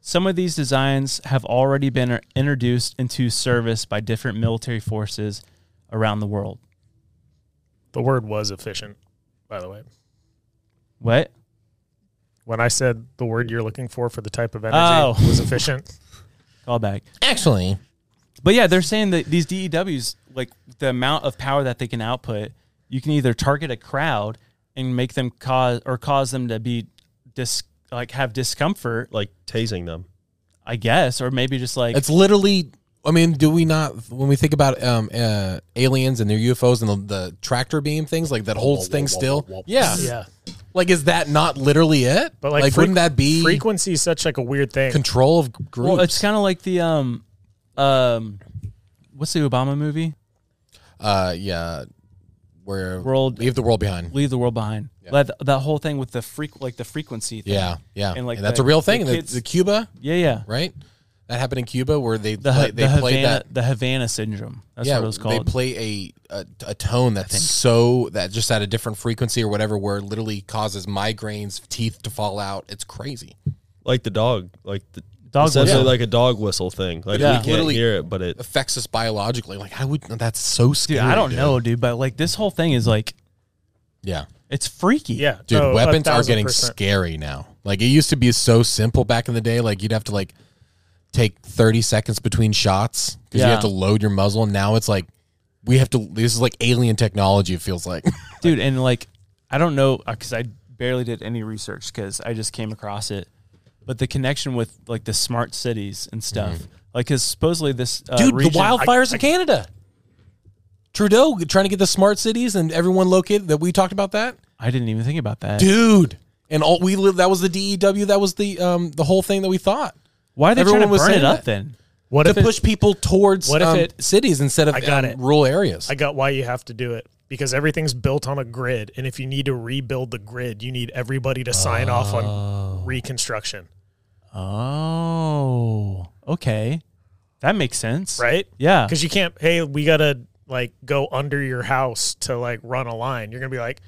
E: Some of these designs have already been er- introduced into service by different military forces around the world.
F: The word was efficient, by the way.
E: What?
F: When I said the word you're looking for for the type of energy
E: Oh.
F: was efficient,
E: Call back.
C: Actually,
E: But yeah, they're saying that these DEWs, like the amount of power that they can output, you can either target a crowd and make them cause or cause them to be dis like have discomfort,
B: like tasing them.
E: I guess, or maybe just like
C: it's literally. I mean, do we not when we think about um, uh, aliens and their UFOs and the, the tractor beam things like that holds things still? Yeah.
F: yeah.
C: Like, is that not literally it?
F: But like, freq-
C: wouldn't that be
F: frequency is such like a weird thing?
C: control of groups?
E: Well, it's kind of like the um, um, what's the Obama movie?
C: uh, yeah, where
E: World-
C: leave the world behind.
E: Leave the World Behind. Like, th- that whole thing with the freak, like the frequency. Thing.
C: yeah, yeah,
E: And,
C: and
E: like,
C: like that's
E: the-
C: a real thing.
E: the
C: The,
E: kids-
C: the Cuba,
E: yeah, yeah.
C: right? That happened in Cuba where they
E: The,
C: play,
E: Ha-
C: they
E: the
C: played
E: Havana,
C: that.
E: the Havana syndrome. That's what it was called.
C: They play a, a a tone that's so that just at a different frequency or whatever, where it literally causes migraines, teeth to fall out. It's crazy.
B: Like the dog, like the
E: Dog
B: essentially
E: whistle.
B: like a dog whistle thing. Like
C: Yeah.
B: we can't
C: Literally-
B: hear it, but it
C: Affects us biologically. Like I would. That's so
E: dude,
C: scary.
E: I don't
C: dude.
E: know, dude, but like this whole thing is like
C: Yeah,
E: it's freaky.
F: yeah,
C: dude.
F: no, Oh, a
C: weapons are
F: thousand
C: getting
F: percent.
C: scary now. Like it used to be so simple back in the day. Like you'd have to like take thirty seconds between shots because you
E: Yeah.
C: have to load your muzzle. And now it's like we have to. This is like alien technology. It feels like.
E: dude, and like I don't know because I barely did any research because I just came across it, but the connection with like the smart cities and stuff,
C: Mm-hmm.
E: like because supposedly this uh, region-
C: wildfires in Canada. Trudeau trying to get the smart cities and everyone located that we talked about that.
E: I didn't even think about that.
C: Dude. And all we lived that was the DEW, that was the um the whole thing that we thought.
E: Why are they
C: Everyone
E: trying to
C: was
E: burn it
C: saying
E: up
C: that.
E: then?
F: What
C: to
F: if it-
C: push people towards
F: what if
C: um,
F: it-
C: cities instead of
F: I got
C: um,
F: it.
C: rural areas.
F: I got why you have to do it because everything's built on a grid, and if you need to rebuild the grid, you need everybody to sign off on reconstruction,
E: Oh, okay. That makes sense.
F: right?
E: Yeah.
F: because you can't. Hey, we gotta like go under your house to like run a line. You're gonna be like,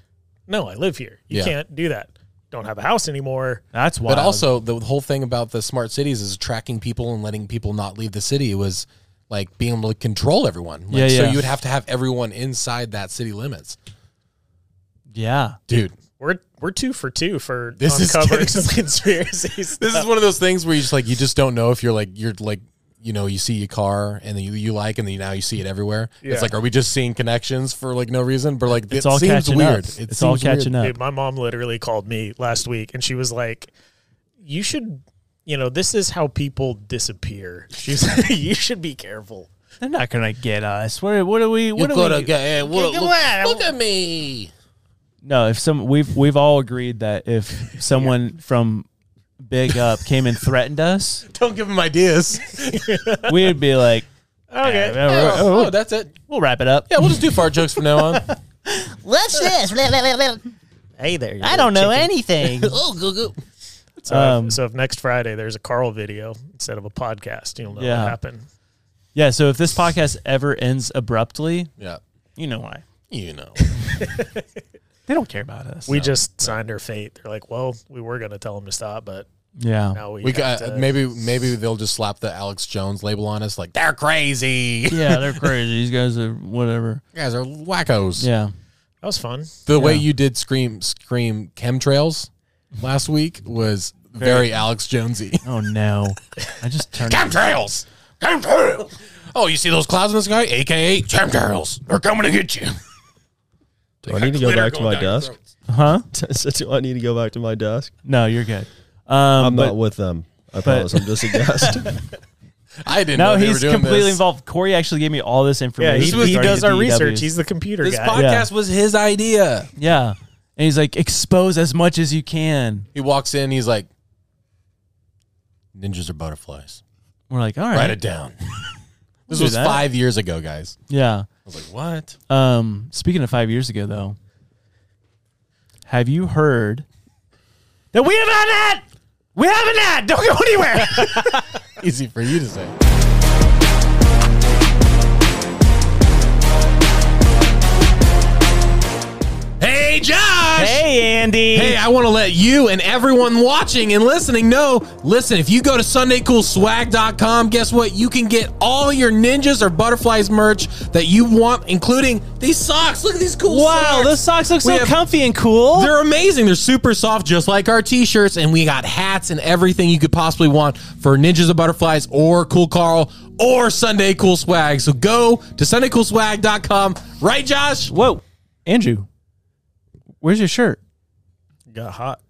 F: no, I live here. You
C: Yeah.
F: can't do that. Don't have a house anymore.
E: That's
C: But also, the whole thing about the smart cities is tracking people and letting people not leave the city was like being able to control everyone. Like,
E: Yeah,
C: So
E: yeah.
C: you would have to have everyone inside that city limits.
E: Yeah.
C: Dude,
F: We're we're two for two for
C: This is
F: uncovering
C: getting-
F: some conspiracies.
C: this is one of those things where you just like, you just don't know if you're like, you're like, you know, you see your car and then you, you like, and then now you see it everywhere.
F: Yeah.
C: It's like, are we just seeing connections for like no reason? But like,
E: It's
C: it
E: all
C: seems
E: catching up.
C: weird.
E: It's all
C: seems weird.
E: catching up.
F: Dude, my mom literally called me last week and she was like, You should, you know, this is how people disappear. She's like, You should be careful.
E: They're not gonna get us. What? What are we? What
C: You're
E: are
C: gonna
E: we?
C: get- eh, look,
F: Come
C: look-
F: on.
C: look at me.
E: No, if some we've we've all agreed that if someone from big up came and threatened us,
C: Don't give him ideas.
E: we'd be like,
F: Okay.
E: "Yeah, we're-
C: oh, oh, that's it.
E: we'll wrap it up.
C: Yeah, we'll just do fart jokes from now on.
G: What's this?
F: Hey there. you
G: I don't know
F: little chicken.
G: anything.
C: oh, go, go.
F: So, if-
E: Um,
F: so if next Friday there's a Carl video instead of a podcast, you'll know
E: Yeah.
F: what happened.
E: Yeah. So if this podcast ever ends abruptly,
C: Yeah.
E: you know why?
C: You know.
E: They don't care about us.
F: We just signed our fate. They're like, Well, we were gonna tell him to stop, but
E: yeah.
F: now we,
C: We
F: have
C: got uh,
F: to-
C: maybe maybe they'll just slap the Alex Jones label on us like they're crazy. You
E: Yeah, they're crazy. These guys are whatever.
C: guys are wackos.
E: Yeah.
F: that was fun.
C: The way you did scream scream chemtrails last week was very, Alex Jonesy.
E: Oh no. I just turned.
C: chemtrails. Chemtrails. Oh, you see those clouds in the sky? AKA chemtrails. They're coming to get you.
B: Do I need to go back to my desk?
E: Huh?
B: So do I need to go back to my desk?
E: No, you're good. Um,
B: I'm
E: but
B: not with them. I promise. I'm just a guest.
C: I didn't
E: no,
C: know they
E: he's
C: were doing
E: completely
C: this.
E: involved. Corey actually gave me all this
F: Yeah,
E: information.
F: he, he
E: regarding
F: does
E: the
F: our
E: DWs.
F: research. He's the computer
C: This
F: guy.
C: podcast was his idea.
E: yeah, and he's like expose as much as you can.
C: He walks in, he's like, Ninjas are butterflies.
E: We're like, all right,
C: Write it down. this
E: do
C: was
E: that.
C: five years ago, guys.
E: yeah.
C: I was like, what?
E: Um, speaking of five years ago, though, have you heard that we have an ad? We have an ad. Don't go anywhere.
C: Easy for you to say. Hey, Josh!
E: hey, Andy.
C: Hey, I want to let you and everyone watching and listening know listen, if you go to SundayCoolSwag.com, guess what? You can get all your ninjas or butterflies merch that you want, including these socks. Look at these cool
E: Wow,
C: socks.
E: those socks look
C: We
E: so
C: have-
E: comfy and cool.
C: They're amazing. They're super soft, just like our t-shirts, and we got hats and everything you could possibly want for Ninjas of Butterflies or Cool Carl or Sunday Cool Swag. So go to SundayCoolSwag.com. Right, Josh?
E: Whoa, Andrew, where's your shirt?
F: Got hot.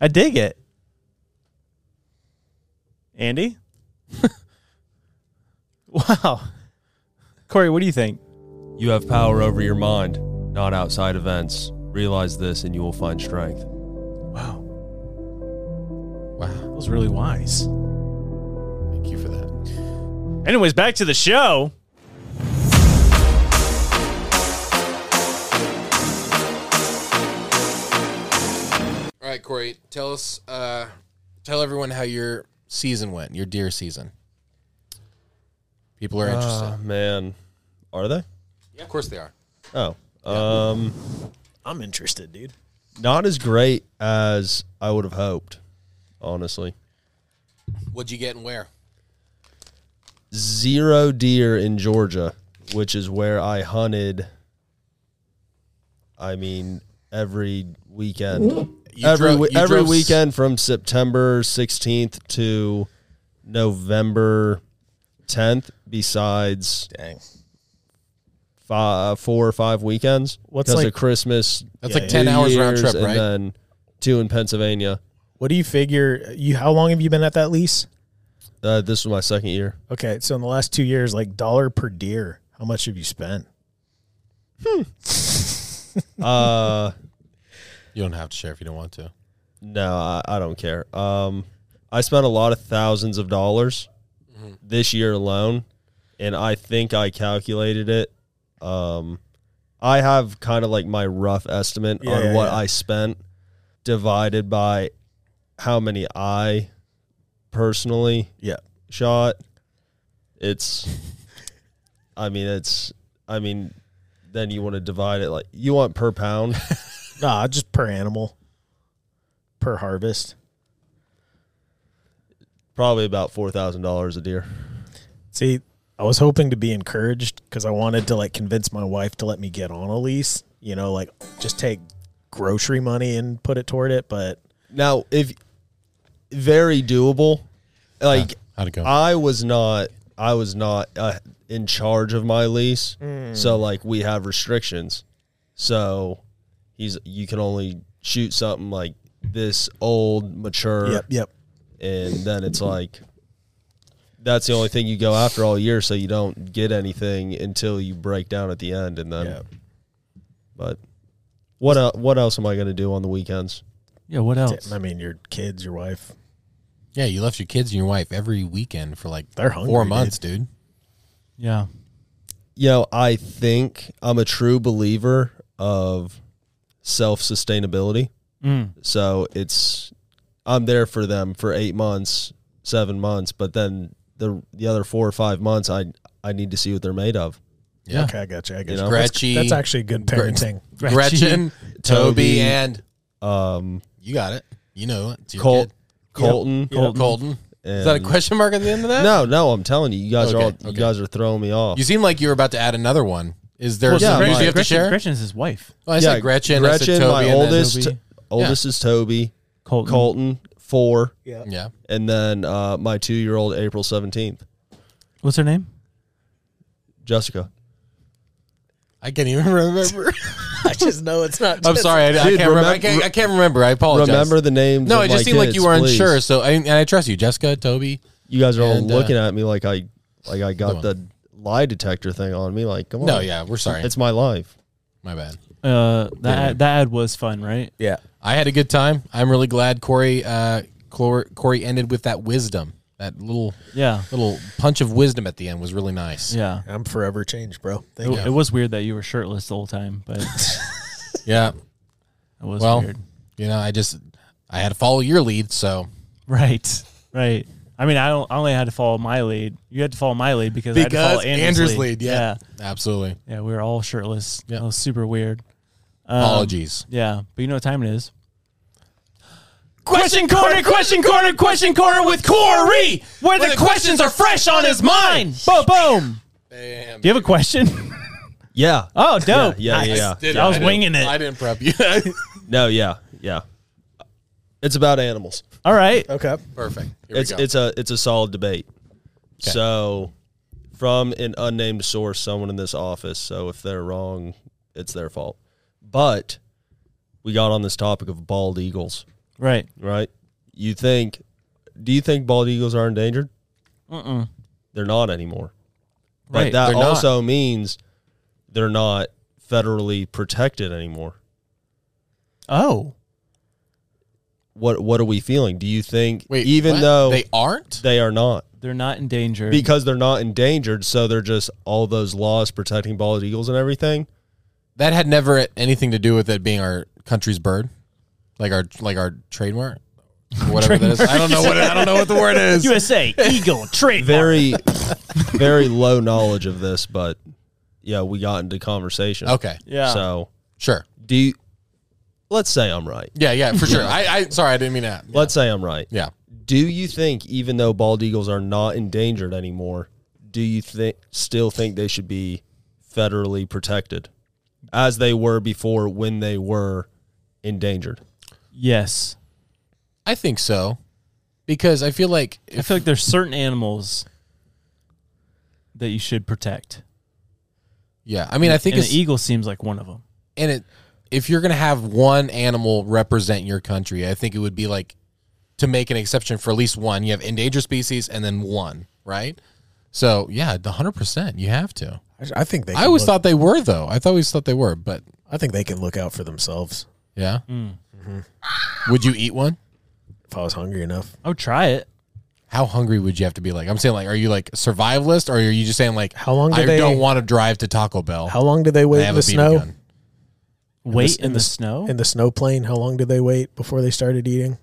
E: I dig it. Andy? wow. Corey, what do you think?
A: You have power over your mind, not outside events. Realize this and you will find strength.
E: Wow. Wow. That was really wise.
C: Thank you for that.
E: Anyways, back to the show.
C: All right, Corey, tell us, uh, tell everyone how your season went, your deer season. People are interested.
B: Ah, man, are they?
C: of course they are.
B: Oh, um,
F: I'm interested, dude.
B: not as great as I would have hoped. Honestly,
C: What'd you get and where?
B: zero deer in Georgia, which is where I hunted. I mean, every weekend,
C: You
B: every
C: drove-
B: we-
C: you
B: every
C: drove s-
B: weekend from September 16th to November 10th. Besides
C: Dang.
B: five, four or five weekends.
F: What's
B: because
F: like-
B: of Christmas?
C: That's
F: Yeah,
C: like
F: yeah.
C: 10
B: New
C: hours round
B: Year's,
C: trip, right?
B: And uh, then two in Pennsylvania.
F: What do you figure you how long have you been at that lease?
B: Uh, this was my second year.
F: Okay, so in the last two years, like dollar per deer, how much have you spent?
B: Uh,
C: you don't have to share if you don't want to.
B: no, I, I don't care. Um, I spent a lot of thousands of dollars
F: Mm-hmm.
B: this year alone, and I think I calculated it. Um, I have kind of like my rough estimate
F: Yeah,
B: on
F: yeah,
B: what
F: yeah.
B: I spent divided by how many I personally
F: Yeah.
B: shot. It's, I mean, it's I mean, then you want to divide it like you want per pound.
F: nah, just per animal, per harvest.
B: Probably about four thousand dollars a deer.
F: See, I was hoping to be encouraged because I wanted to like convince my wife to let me get on a lease. You know, like just take grocery money and put it toward it. But
B: now, if very doable, like
C: how'd it go?
B: I was not, I was not uh, in charge of my lease,
C: Mm.
B: so like we have restrictions. So he's you can only shoot something like this old, mature.
F: Yep, yep.
B: And then it's like that's the only thing you go after all year, so you don't get anything until you break down at the end, and then. But what el- what else am I going to do on the weekends?
E: Yeah, what
F: else? I mean, your kids, your wife.
C: Yeah, you left your kids and your wife every weekend for like
F: They're hungry,
C: four months, dude.
E: Yeah.
B: You know, I think I'm a true believer of self sustainability.
E: Mm.
B: So it's I'm there for them for eight months, seven months, but then the the other four or five months, I I need to see what they're made of.
C: Yeah.
F: Okay, I got you. I got you.
B: You know?
C: Gretchen.
F: That's, that's actually good
C: Gre-
F: parenting.
C: Gretchen, Toby, and
B: um,
C: you got it. You know it. It's your
B: Colt,
C: kid.
B: Colton,
C: Yep. Colton. Is that a
B: And-
C: question mark at the end of that?
B: No, no, I'm telling you, you guys are all,
C: Okay,
B: you
C: okay.
B: guys are throwing me off.
C: You seem like you were about to add another one. Is there
B: Well,
C: some
B: yeah,
C: news
B: my-
C: you have to
B: Gretchen-
C: share?
E: Gretchen's his wife.
C: Well, I said Gretchen. I said
B: Gretchen,
C: Toby,
B: my
C: and then-
B: oldest,
C: Toby.
B: oldest is Toby.
E: Colton.
B: Colton, four.
F: Yeah.
C: Yeah.
B: And then uh, my two year old, April 17th,
E: What's her name?
B: Jessica.
C: I can't even remember.
F: I just know it's not.
C: I'm sorry. I, I
B: Dude,
C: can't remember. I
B: remember-
C: can't, I can't remember. I apologize.
B: Remember the names.
C: Oh, No,
B: of
C: it just
B: my
C: seemed like you
B: kids,
C: were
B: please.
C: unsure. So, I, and I trust you, Jessica, Toby.
B: You guys are all
C: And, uh,
B: looking at me like I like I
C: Come
B: got
C: on.
B: the lie detector thing on me. Like, come on.
C: No, yeah, we're sorry.
B: It's my life.
C: My bad.
E: Uh, that ad, that ad was fun, right?
F: Yeah,
C: I had a good time. I'm really glad Corey. Uh, Cor- Corey ended with that wisdom. That little
E: Yeah.
C: little punch of wisdom at the end was really nice.
E: Yeah.
F: I'm forever changed, bro.
E: It,
F: Thank you.
E: it was weird that you were shirtless the whole time, but
C: Yeah.
E: it was
C: well,
E: weird.
C: you know, I just I had to follow your lead, so
E: Right. Right. I mean, I don't. I only had to follow my lead. You had to follow my lead because, I had to follow Andrew's, lead.
C: yeah, absolutely.
E: yeah. Yeah, We were all shirtless.
C: Yeah.
E: That was super weird. Um,
C: Apologies.
E: Yeah, but you know what time it is. Question corner, question corner, question corner with Corey, where the questions are fresh on his mind. Boom, boom. Do you have a question?
B: Yeah.
E: Oh, dope.
B: Ah, Yeah, yeah, yeah. yeah.
E: I was winging it.
C: I didn't prep you.
B: No, yeah, yeah. It's about animals.
E: All right.
F: Okay.
C: Perfect. Here
B: it's
C: we go.
B: it's a it's a solid debate. So, from an unnamed source, someone in this office. So if they're wrong, it's their fault. But we got on this topic of bald eagles,
E: Right.
B: right? You think? Do you think bald eagles are endangered?
E: Mm-mm.
B: They're not anymore.
E: Right,
B: But that
C: they're not.
B: also means they're not federally protected anymore.
E: Oh.
B: What what are we feeling? Do you think
C: Wait,
B: even
C: what?
B: though
C: they aren't?
B: they are not
E: They're not endangered.
B: because they're not endangered, so they're just all those laws protecting bald eagles and everything.
C: That had never anything to do with it being our country's bird. Like our like our trademark. Or Whatever that is. I don't know what I don't know what the word is.
E: USA Eagle Trade.
B: Very, very low knowledge of this, but yeah, we got into conversation.
C: Okay.
E: Yeah.
B: So
C: Sure.
B: do you? Let's say I'm right.
C: Yeah, yeah, for sure. I, I sorry, I didn't mean that.
B: Let's say I'm right.
C: Yeah.
B: Do you think, even though bald eagles are not endangered anymore, do you think still think they should be federally protected as they were before when they were endangered?
E: yes.
C: I think so. Because I feel like
E: I feel like there's certain animals that you should protect.
C: yeah, I mean I think
E: and e-
C: it's
E: an eagle seems like one of them.
C: and it if you're gonna have one animal represent your country, I think it would be like to make an exception for at least one. You have endangered species and then one, right? So yeah, the hundred percent you have to.
F: I, I think they.
C: I
F: can
C: always
F: look-
C: thought they were though. I thought always thought they were, but
F: I think they can look out for themselves
C: yeah.
E: Mm.
C: Would you eat one?
F: if I was hungry enough.
E: I would try it.
C: How hungry would you have to be? Like I'm saying, like are you like a survivalist, or are you just saying like
F: How long do
C: I
F: they-
C: don't want to drive to Taco Bell?
F: How long do they
C: I
F: wait
C: have
F: in
C: a
F: the
C: BB
F: snow?
C: gun.
E: Wait in,
F: in
E: the,
F: the s-
E: snow.
F: In the snow plane, how long did they wait before they started eating?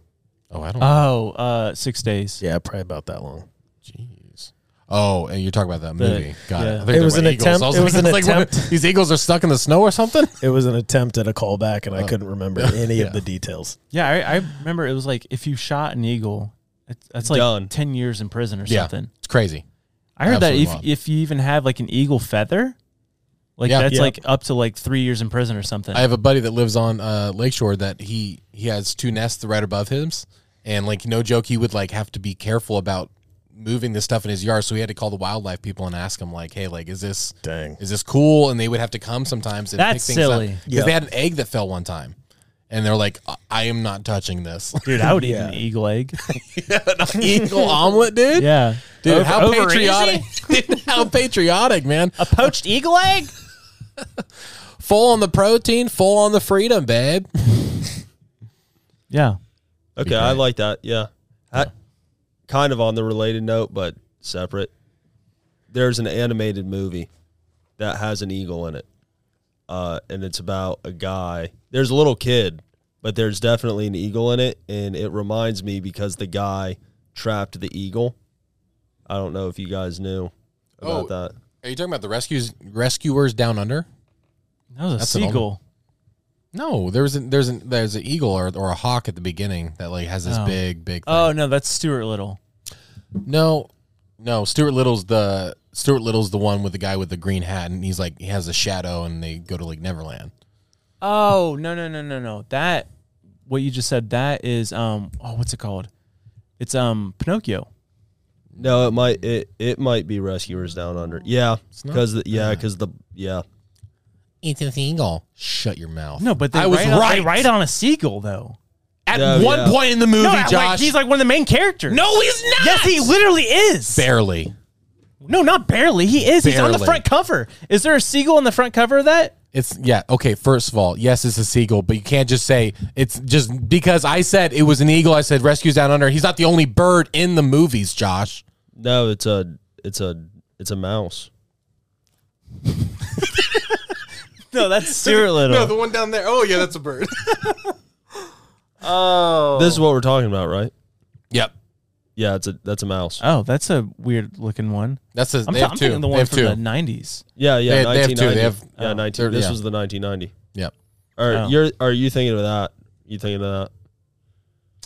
C: Oh, I don't.
E: oh, uh, six days.
F: Yeah, probably about that long.
C: Jeez. Oh, and you're talking about that
F: The-
C: movie. Got
F: yeah.
C: it. I
F: It
C: think they're
F: was
C: about
F: an
C: eagles.
F: attempt-
C: I
F: it was
C: like-
F: an
C: I what-
F: attempt-
C: these eagles are stuck in the snow or something.
F: It was an attempt at a callback, and I couldn't remember any
C: Yeah.
F: of the details.
E: Uh, Yeah, I, I remember it was like if you shot an eagle, it's, that's like
C: Done.
E: ten years in prison or
C: Yeah,
E: something.
C: it's crazy.
E: I heard
C: Absolutely
E: that if
C: wild.
E: if you even have like an eagle feather, like
C: Yeah.
E: that's
C: Yeah.
E: like up to like three years in prison or something.
C: I have a buddy that lives on uh, Lakeshore that he he has two nests right above his, and like no joke, he would like have to be careful about moving this stuff in his yard. So he had to call the wildlife people and ask them like, "Hey, like, is this
F: dang
C: is this cool?" And they would have to come sometimes and
E: That's
C: pick things
E: silly.
C: up because
E: Yeah.
C: they had an egg that fell one time. And they're like, "I- I am not touching this,
E: Dude, I would eat an eagle egg.
C: an eagle omelet, dude.
E: Yeah.
C: dude,
E: Over-
C: how
E: over
C: patriotic, dude, how patriotic, man.
E: A poached eagle egg,
C: full on the protein, full on the freedom, babe.
E: Yeah.
B: Okay, I like that. Yeah. I, kind of on the related note, but separate. There's an animated movie that has an eagle in it. Uh, and it's about a guy. There's a little kid, but there's definitely an eagle in it. And it reminds me because the guy trapped the eagle. I don't know if you guys knew about
C: Oh,
B: that.
C: Are you talking about the rescues rescuers down under?
E: That was a
C: an old one.
E: seagull.
C: No, there was an, there's an there's an eagle or, or a hawk at the beginning that like has this
E: Oh.
C: big big.
E: Oh no, that's Stuart Little.
C: No, no. Stuart Little's the Stuart Little's the one with the guy with the green hat, and he's like he has a shadow, and they go to like Neverland.
E: Oh no no no no no that what you just said that is um oh what's it called? It's um Pinocchio.
B: No, it might it it might be rescuers down under. Yeah,
C: not
B: because yeah, because the yeah.
C: It's an eagle. Shut your mouth.
E: No, but they
C: I was
E: write on- they
C: right.
E: write on a seagull though.
C: At
B: No,
C: one
B: yeah.
C: point in the movie,
E: no, like,
C: Josh,
E: he's like one of the main characters.
C: No, he's not!
E: Yes, he literally is.
C: barely.
E: No, not barely. He is. He's on the
C: Barely.
E: front cover. Is there a seagull on the front cover of that?
C: It's yeah okay. First of all, yes, it's a seagull, but you can't just say it's just because I said it was an eagle. I said rescues down under. He's not the only bird in the movies, Josh.
B: No, it's a it's a it's a mouse.
E: No, that's Stuart
C: No,
E: Little.
C: the one down there. Oh yeah, that's a bird.
E: oh.
B: This is what we're talking about, right?
C: yep,
B: Yeah, it's a that's a mouse.
C: Uh,
E: Oh, that's a weird looking one.
C: that's a.
E: I'm,
C: they
E: ta-
C: have
E: I'm
C: two.
E: thinking the
C: they
E: one
C: have
E: from
C: two.
E: the 90s.
B: Yeah, yeah,
C: They- they have two. They
B: 1990.
C: have-
B: yeah,
C: oh,
B: 19. This
C: yeah.
B: was the 1990.
C: yep.
B: Or
E: Oh.
B: you're are you thinking of that? You thinking of that?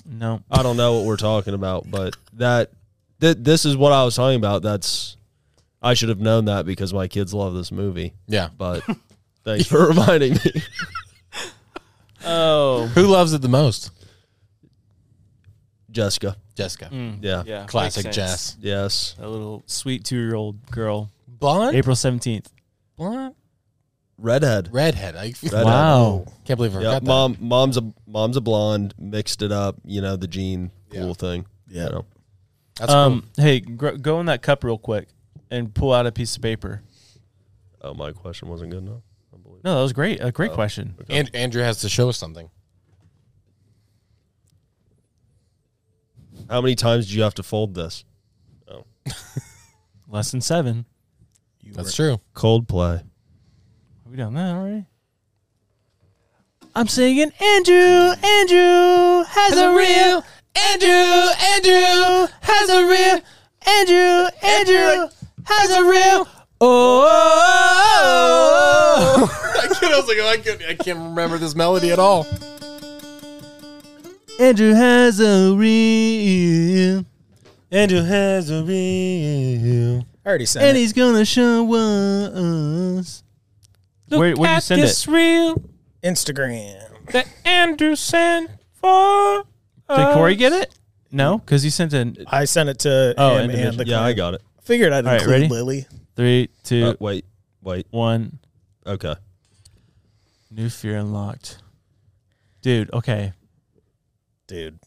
E: No.
B: I don't know what we're talking about, but that th- this is what I was talking about. That's I should have known that because my kids love this movie.
C: Yeah.
B: But thanks for reminding me.
E: Oh.
C: Who loves it the most?
B: Jessica.
C: Jessica.
B: Yeah.
C: Classic
E: makes sense.
C: Jess.
B: Yes.
E: A little sweet two year old girl.
C: Blonde.
E: April 17th.
C: Blonde.
B: Redhead.
C: Redhead. I
B: Redhead.
E: Wow.
C: can't believe I
B: Yeah,
C: forgot that.
B: mom, mom's a mom's a blonde, mixed it up. You know the gene
C: Yeah.
B: cool thing. Yeah, you know.
C: That's
E: um, Hey, gr- go in that cup real quick and pull out a piece of paper.
B: oh, my question wasn't good enough. Unbelievable.
E: No, that was great. A
C: Oh.
E: great question.
C: cool. And Andrew has to show us something.
B: How many times do you have to fold this?
E: Lesson seven.
C: That's true.
B: Coldplay.
E: Have we done that already? I'm singing Andrew, Andrew has a real Andrew, Andrew has a real Andrew, Andrew has a real oh.
C: I was like, I, could, I can't remember this melody at all.
E: Andrew has a real Andrew has a real
J: I already said
E: and
J: it.
E: he's gonna show us. Where where you send it?
F: real
J: Instagram.
F: that Andrew sent for.
E: Did Corey get it? No, because you sent an
J: I sent it to
E: Oh,
J: him
E: individual.
J: and the
B: Yeah, I
J: client.
B: got it.
J: Figured I'd
E: All right,
J: include
E: ready?
J: Lily.
E: three,
B: Uh,
E: two,
B: wait, wait.
E: one.
B: Okay.
E: New fear unlocked. Dude, okay.
J: Dude,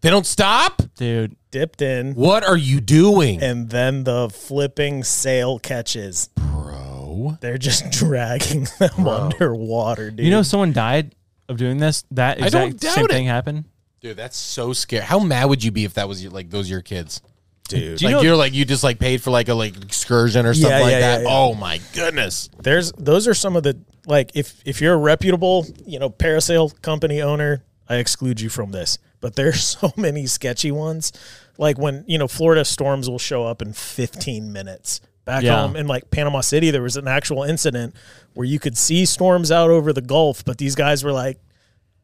C: They don't stop.
E: Dude,
J: dipped in.
C: What are you doing,
J: And then the flipping sail catches.
C: bro?
J: They're just dragging them underwater, dude.
E: you know someone died of doing this? That
C: I don't
E: exact same
C: doubt it.
E: thing happened?
C: Dude, that's so scary. How mad would you be if that was your, like those are your kids?
J: dude.
E: Do you
C: like
E: know-
C: you're like you just like paid for like a like excursion or something
J: Yeah,
C: like
J: yeah,
C: that.
J: yeah, yeah.
C: Oh my goodness.
J: there's those are some of the like if if you're a reputable you know parasail company owner i exclude you from this
F: but there's so many sketchy ones. Like when you know Florida storms will show up in 15 minutes. Back
E: Yeah.
F: home in like Panama City, there was an actual incident where you could see storms out over the Gulf, but these guys were like,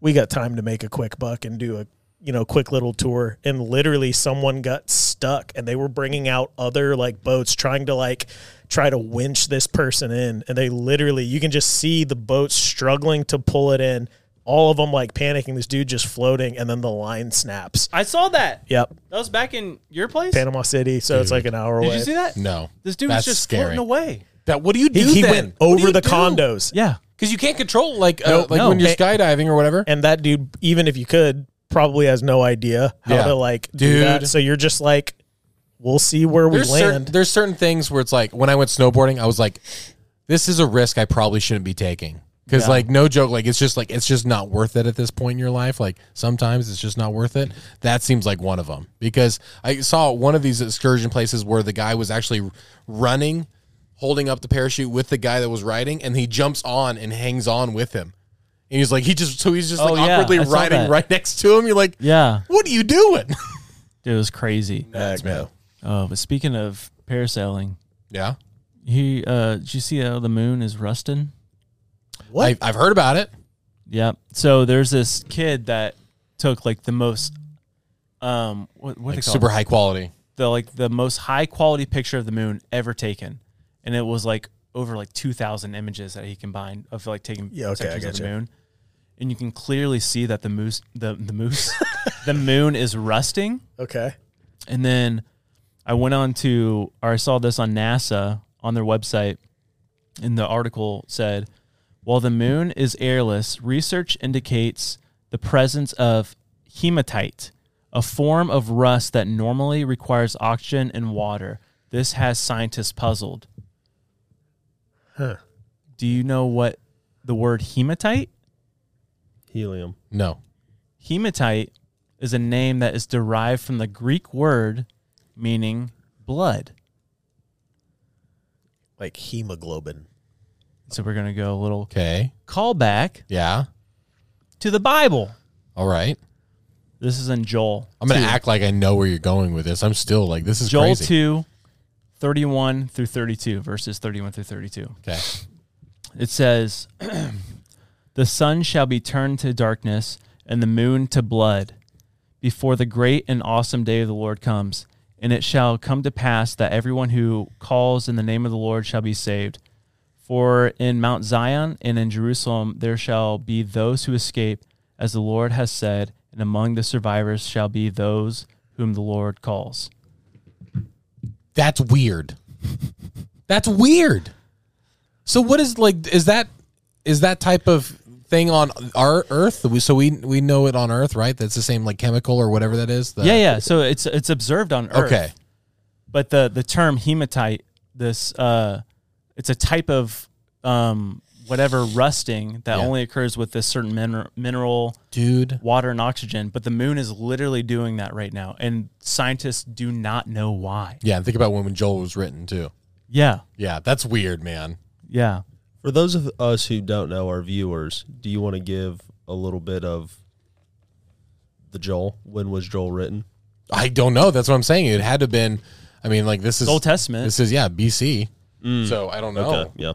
F: "We got time to make a quick buck and do a you know quick little tour." And literally, someone got stuck, and they were bringing out other like boats trying to like try to winch this person in, and they literally you can just see the boats struggling to pull it in. All of them like panicking. This dude just floating, and then the line snaps.
E: I saw that.
F: Yep,
E: That was back in your place.
F: Panama City. So it's like an hour
E: Did
F: away.
E: you see that?
C: No.
E: This dude
C: That's
E: was just
C: scary.
E: floating away.
C: That what do you do?
F: He, he
C: then?
F: went
C: What do
F: over
C: you
F: the
C: do?
F: condos.
E: Yeah.
C: because you can't control like uh,
F: Nope.
C: like
F: No.
C: when you're
F: Hey.
C: skydiving or whatever.
F: and that dude, even if you could, probably has no idea how
C: Yeah.
F: to like do
C: Dude.
F: that. So you're just like, we'll see where we
C: There's certain,
F: land.
C: there's certain things where it's like when I went snowboarding, I was like, this is a risk I probably shouldn't be taking. Because
E: Yeah.
C: like no joke, like it's just like it's just not worth it at this point in your life. Like sometimes it's just not worth it. That seems like one of them because I saw one of these excursion places where the guy was actually running, holding up the parachute with the guy that was riding, and he jumps on and hangs on with him. And he's like, he just so he's just
E: Oh,
C: like
E: yeah,
C: awkwardly
E: I saw
C: riding
E: that.
C: right next to him. You're like,
E: Yeah.
C: what are you doing?
E: Dude, it was crazy.
C: That's no.
E: Oh, but speaking of parasailing,
C: Yeah,
E: he uh did you see how the moon is rusting?
C: I, I've heard about it.
E: Yeah. So there's this kid that took like the most um what what
C: Like
E: they call
C: super
E: it?
C: high quality.
E: the like the most high quality picture of the moon ever taken, and it was like over like two thousand images that he combined of like taking
F: Yeah, okay, I
E: sections of the
F: gotcha.
E: moon, and you can clearly see that the moose the the moose the moon is rusting.
F: Okay.
E: And then I went on to, or I saw this on NASA on their website, and the article said, while the moon is airless, research indicates the presence of hematite, a form of rust that normally requires oxygen and water. This has scientists puzzled.
F: Huh.
E: Do you know what the word hematite?
B: Helium.
C: No.
E: Hematite is a name that is derived from the Greek word meaning blood.
F: Like hemoglobin.
E: So we're going to go a little
C: Okay.
E: callback
C: Yeah.
E: to the Bible.
C: All right.
E: This is in Joel.
C: I'm going to
E: 2.
C: act like I know where you're going with this. I'm still like, this is
E: Joel
C: crazy.
E: 2, 31 through 32, verses 31 through 32.
C: Okay.
E: It says, The sun shall be turned to darkness and the moon to blood before the great and awesome day of the Lord comes. And it shall come to pass that everyone who calls in the name of the Lord shall be saved. For in Mount Zion and in Jerusalem there shall be those who escape, as the Lord has said, and among the survivors shall be those whom the Lord calls.
C: That's weird. That's weird. So what is like, is that, is that type of thing on our earth? We- So we, we know it on earth, right? That's the same like chemical or whatever that is. The,
E: Yeah, yeah. So it's it's observed on Earth.
C: Okay.
E: But the the term hematite, this uh, it's a type of um whatever rusting that
C: Yeah.
E: only occurs with this certain miner- mineral,
C: Dude.
E: water, and oxygen. But the moon is literally doing that right now, and scientists do not know why.
C: Yeah. And think about when, when Joel was written too.
E: Yeah,
C: Yeah. That's weird, man.
E: yeah.
B: For those of us who don't know our viewers, do you want to give a little bit of the Joel? When was Joel written?
C: I don't know. That's what I'm saying. It had to have been, I mean, like this is
E: Old Testament.
C: This is, yeah, BC. So I don't know.
B: yeah.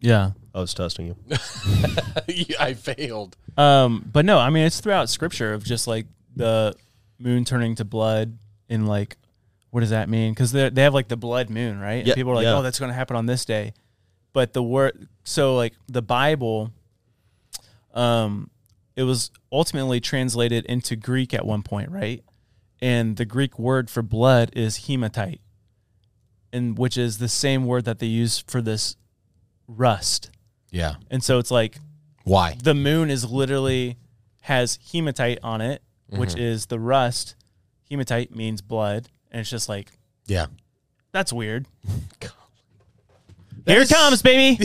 E: yeah.
B: I was testing you.
C: I failed.
E: Um, but no, I mean it's throughout Scripture of just like the moon turning to blood and like what does that mean? Because they they have like the blood moon, right? And
B: Yeah,
E: people are like,
B: yeah.
E: oh, that's going to happen on this day, but the word so like the Bible, um, it was ultimately translated into Greek at one point, right? And the Greek word for blood is hematite, and which is the same word that they use for this rust.
C: Yeah.
E: And so it's like
C: Why?
E: the moon is literally has hematite on it, which is the rust. Hematite means blood, and it's just like
C: Yeah.
E: that's weird. Here it comes, baby.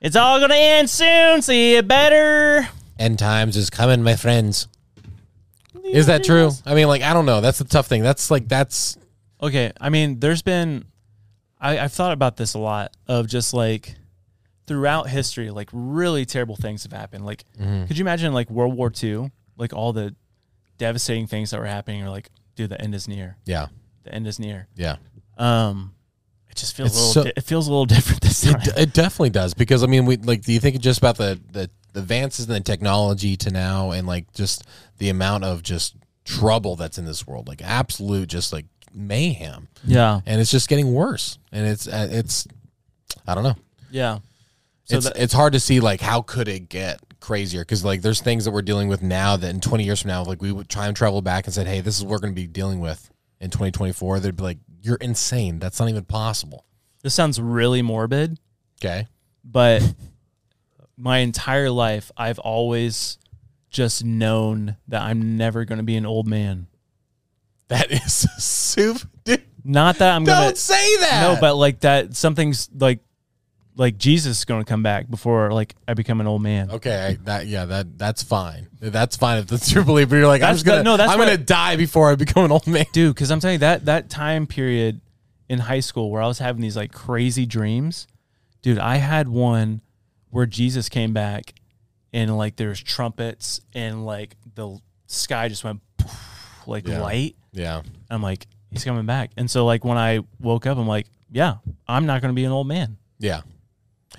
E: it's all gonna end soon. See you better.
C: End times is coming, my friends. Is that true? I mean, like, I don't know. That's the tough thing. That's like, that's
E: Okay, I mean, there's been, I, I've thought about this a lot of just like throughout history, Mm-hmm. like really terrible things have happened. Like, could you imagine like World War II, like all the devastating things that were happening are like, dude, the end is near.
C: Yeah.
E: The end is near.
C: Yeah.
E: Um, it just feels
C: It's
E: a little.
C: so-
E: di- it feels a little different this time.
C: It, d- it definitely does because I mean, we like. Do you think just about the the the advances in the technology to now, and like just the amount of just trouble that's in this world, like absolute just like mayhem.
E: Yeah.
C: and it's just getting worse, and it's uh, it's I don't know.
E: Yeah. So
C: it's,
E: that-
C: it's hard to see like how could it get crazier because like there's things that we're dealing with now that in 20 years from now like we would try and travel back and said hey this is what we're going to be dealing with in 2024 they'd be like you're insane that's not even possible
E: This sounds really morbid.
C: Okay.
E: But my entire life, I've always just known that I'm never going to be an old man.
C: That is super. Dude.
E: Not that I'm going to.
C: Don't say that!
E: No, but like that, something's like, like Jesus is going to come back before like I become an old man.
C: okay I, that yeah that that's fine that's fine if that's your belief but you're like i'm
E: That's
C: just gonna
E: the- no, that's
C: i'm
E: what
C: gonna
E: I-
C: die before i become an old man
E: dude because i'm telling you that that time period in high school where i was having these like crazy dreams dude i had one where jesus came back and like there's trumpets and like the sky just went like
C: Yeah.
E: light
C: Yeah.
E: i'm like he's coming back and so like when i woke up i'm like yeah i'm not gonna be an old man
C: yeah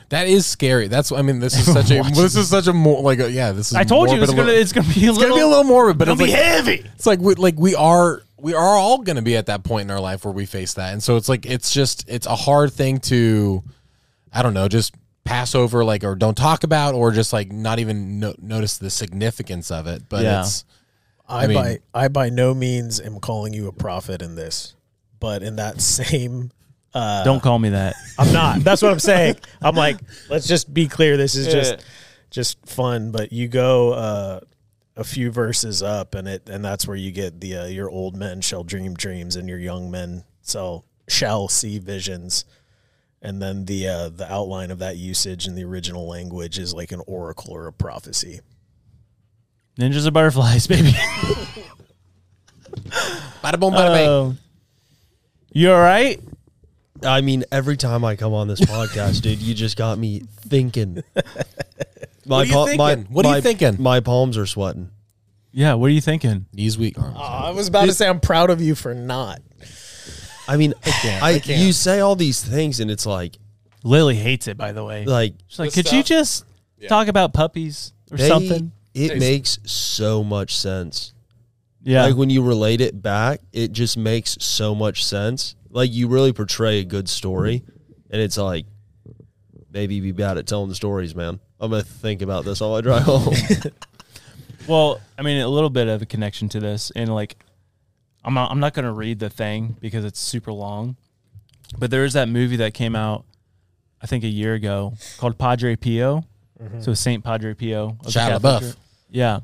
C: that is scary that's i mean this is such a
E: Watch
C: this is such a more like a, yeah this is
E: i told you
C: morbid
E: it's
C: a
E: gonna
C: little-
E: it's gonna be a
C: it's
E: little
C: gonna be a little morbid, but
E: it'll
C: it's
E: be
C: like,
E: heavy
C: It's like we like we are we are all gonna be at that point in our life where we face that, and so it's like it's just it's a hard thing to, I don't know, just pass over like or don't talk about or just like not even no- notice the significance of it. But it's
J: I, by I by no means am calling you a prophet in this, but in that same uh,
E: don't call me that
J: I'm not. That's what I'm saying. I'm like, let's just be clear. This is just
E: Yeah.
J: just fun. But you go uh, a few verses up, and it and that's where you get the uh, your old men shall dream dreams, and your young men shall shall see visions. And then the uh, the outline of that usage in the original language is like an oracle or a prophecy.
E: ninjas are butterflies baby
C: bada boom, bada
E: Uh,
C: bang.
E: Um, you all right?
B: I mean, every time I come on this podcast, dude, you just got me thinking. My
C: What are you
B: pal- my-
C: thinking? What are you
B: my-
C: thinking?
B: My palms are sweating.
E: yeah what are you thinking
C: knees weak arms
E: uh,
J: I was about to say I'm proud of you for not.
B: I mean, I,
J: can't,
B: I
J: I can't.
B: you say all these things, and it's like
E: Lily hates it, by the way.
B: Like,
E: She's like, could you just talk about puppies or
B: they-
E: something?
B: It makes so much sense.
E: Yeah.
B: like when you relate it back, it just makes so much sense. Like you really portray a good story, and it's like maybe be bad at telling stories, man. I'm gonna think about this all I drive home.
E: Well, I mean, a little bit of a connection to this, and like, I'm not, I'm not going to read the thing because it's super long, but there is that movie that came out, I think a year ago, called Padre Pio.
C: Mhm.
E: So Saint Padre Pio, of the
C: Shia
E: Catholic
C: LaBeouf.
E: Church. yeah,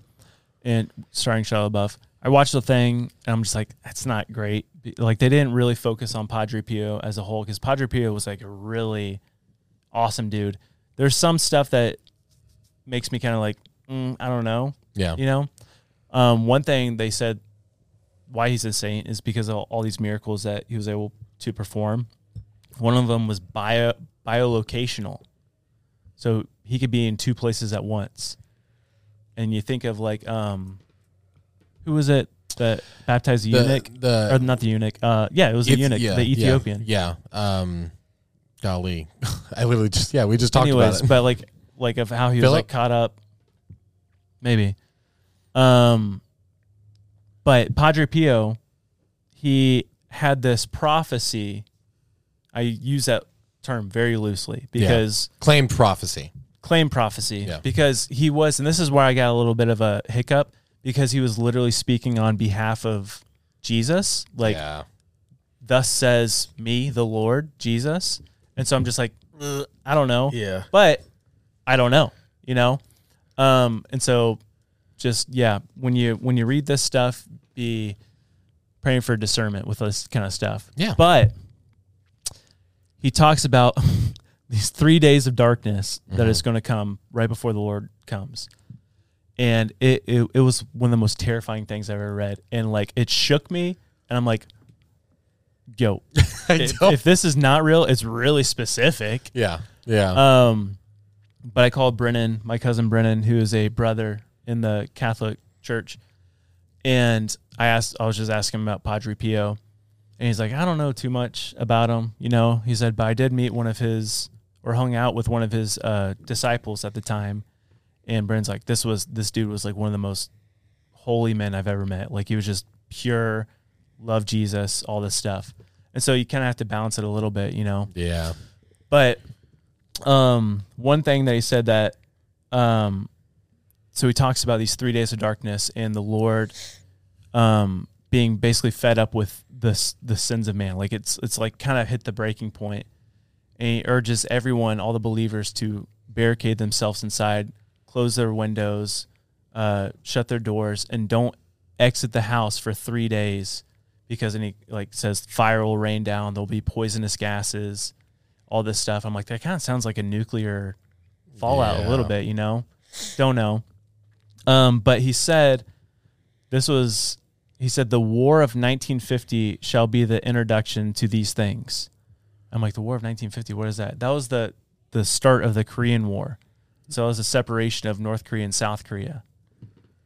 E: and starring Shia LaBeouf. I watched the thing, and I'm just like, that's not great. Be- Like they didn't really focus on Padre Pio as a whole because Padre Pio was like a really awesome dude. There's some stuff that makes me kind of like, mm, I don't know.
C: Yeah.
E: You know, um, one thing they said why he's a saint is because of all these miracles that he was able to perform. One of them was bio biolocational, so he could be in two places at once. And you think of like, um, who was it that baptized the,
C: The-
E: eunuch?
C: the-
E: or not the eunuch. Uh, yeah, it was the
C: Eth-
E: eunuch,
C: yeah,
E: the
C: yeah,
E: Ethiopian.
C: Yeah. Um, golly, I literally just yeah we just talked
E: Anyways,
C: about it.
E: but like, like of how he was
C: Philip?
E: like caught up, maybe. Um, but Padre Pio, he had this prophecy. I use that term very loosely
C: Yeah.
E: because
C: claimed prophecy.
E: claim prophecy
C: Yeah.
E: because he was, and this is where I got a little bit of a hiccup because he was literally speaking on behalf of Jesus, like, thus says me, the Lord Jesus, and so I'm just like, "Ugh, I don't know,
J: Yeah.
E: but I don't know, you know, um, and so just yeah, when you when you read this stuff, be praying for discernment with this kind of stuff,
C: Yeah.
E: but he talks about these three days of darkness that is
C: Mm-hmm.
E: going to come right before the Lord comes. And it, it it was one of the most terrifying things I've ever read. And like it shook me and I'm like, yo, if,
C: don't-
E: if this is not real, it's really specific.
C: Yeah. Yeah.
E: Um but I called Brennan, my cousin Brennan, who is a brother in the Catholic Church, And I asked, I was just asking him about Padre Pio, and he's like, I don't know too much about him, you know. He said, but I did meet one of his or hung out with one of his uh, disciples at the time, and Brent's like, this was this dude was like one of the most holy men I've ever met. Like he was just pure, loved Jesus, all this stuff, and so you kind of have to balance it a little bit, you know.
C: Yeah.
E: But um, one thing that he said that, um, so he talks about these three days of darkness and the Lord, um, being basically fed up with the s- the sins of man. Like it's it's like kind of hit the breaking point, and he urges everyone, all the believers, to barricade themselves inside, close their windows, uh, shut their doors, and don't exit the house for three days because and he like says fire will rain down, there'll be poisonous gases, all this stuff. I'm like, that kind of sounds like a nuclear fallout a little
C: Yeah.
E: bit, you know? Don't know. Um, but he said this was he said the war of 1950 shall be the introduction to these things. I'm like, the war of 1950, what is that? That was the the start of the Korean War. So it was a separation of North Korea and South Korea.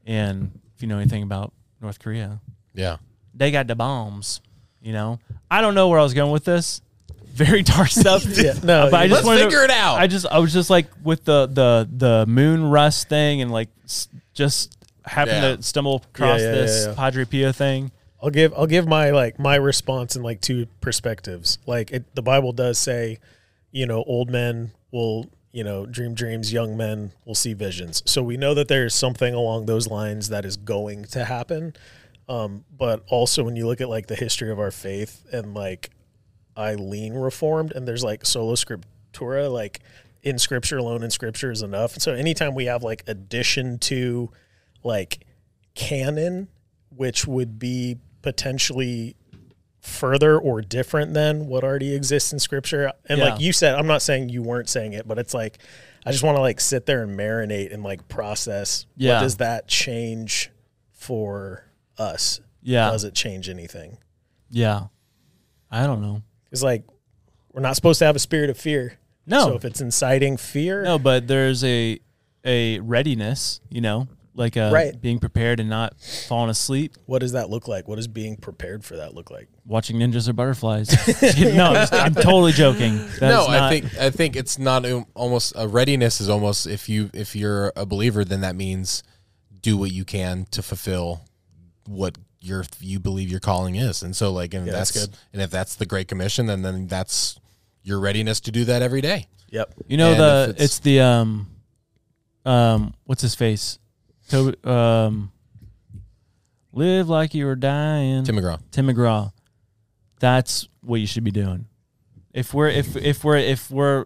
E: And if you know anything about North Korea,
C: Yeah.
E: they got the bombs. You know, I don't know where I was going with this. Very dark stuff.
F: Yeah, no,
E: but I just
F: let's
E: wanted to-
F: figure it out.
E: I just, I was just like with the the the moon rust thing, and like s- just happened
F: Yeah.
E: to stumble across
F: Yeah, yeah,
E: this
F: yeah, yeah.
E: Padre Pio thing.
F: I'll give I'll give my like my response in like two perspectives. Like it, the Bible does say, you know, old men will you know dream dreams, young men will see visions. So we know that there is something along those lines that is going to happen. Um, but also when you look at like the history of our faith and like I lean reformed and there's like sola scriptura like in scripture alone in scripture is enough. So anytime we have like addition to like canon which would be potentially further or different than what already exists in scripture. And
J: Yeah.
F: like you said, I'm not saying you weren't saying it, but it's like I just want to like sit there and marinate and like process
E: Yeah.
F: what does that change for us?
E: Yeah.
F: Does it change anything?
E: Yeah, I don't know.
F: It's like we're not supposed to have a spirit of fear.
E: No.
F: So if it's inciting fear,
E: No, but there's a a readiness, you know, like a
F: Right.
E: being prepared and not falling asleep,
F: what does that look like? What does being prepared for that look like?
E: watching ninjas or butterflies. no, I'm, just- I'm totally joking. That
C: no,
E: is
C: I
E: not-
C: think I think it's not um, almost a readiness is almost if you if you're a believer, then that means do what you can to fulfill what your you believe your calling is. And so like and
J: Yeah,
C: that's,
J: that's
C: good. And if that's the Great Commission, then then that's your readiness to do that every day.
F: Yep.
E: You know
C: And
E: the
C: if
E: it's, the um um what's his face? Toby, um live like you were dying.
C: Tim McGraw.
E: Tim McGraw. That's what you should be doing. If we're if if we're if we're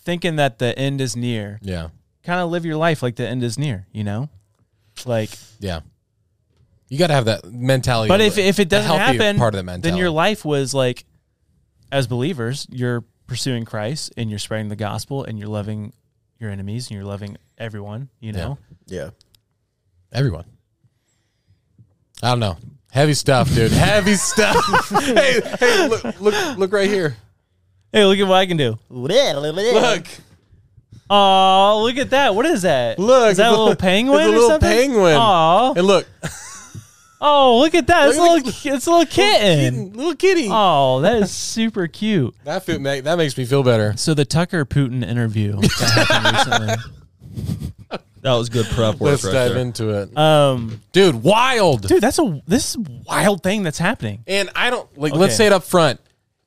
E: thinking that the end is near.
C: Yeah.
E: Kind of live your life like the end is near, you know? Like
C: Yeah. You got to have that mentality.
E: but if if it
C: the
E: doesn't
C: healthy
E: happen,
C: part of the
E: then
C: mentality.
E: your life was like, as believers, you're pursuing Christ and you're spreading the gospel and you're loving your enemies and you're loving everyone. You know,
F: Yeah.
C: Everyone. I don't know. Heavy stuff, dude. Heavy stuff. hey, hey, look, look, look right here.
E: Hey, look at what I can do.
G: Look.
E: Oh, look at that! What is that?
C: Look,
E: is that a
C: it's a-
E: little penguin?
C: it's a
E: or
C: little
E: something?
C: penguin.
E: Aw.
C: And look.
E: Oh, look at that! It's a little, it's a little kitten.
C: little kitty.
E: Oh, that is super cute.
C: That feel, ma- that makes me feel better.
E: So the Tucker Putin interview that happened recently.
A: That was good prep work.
C: Let's
A: right
C: dive
A: there.
C: into it,
E: um,
C: dude. Wild,
E: dude. That's a this is a wild thing that's happening.
C: And I don't like.
E: Okay.
C: Let's say it up front.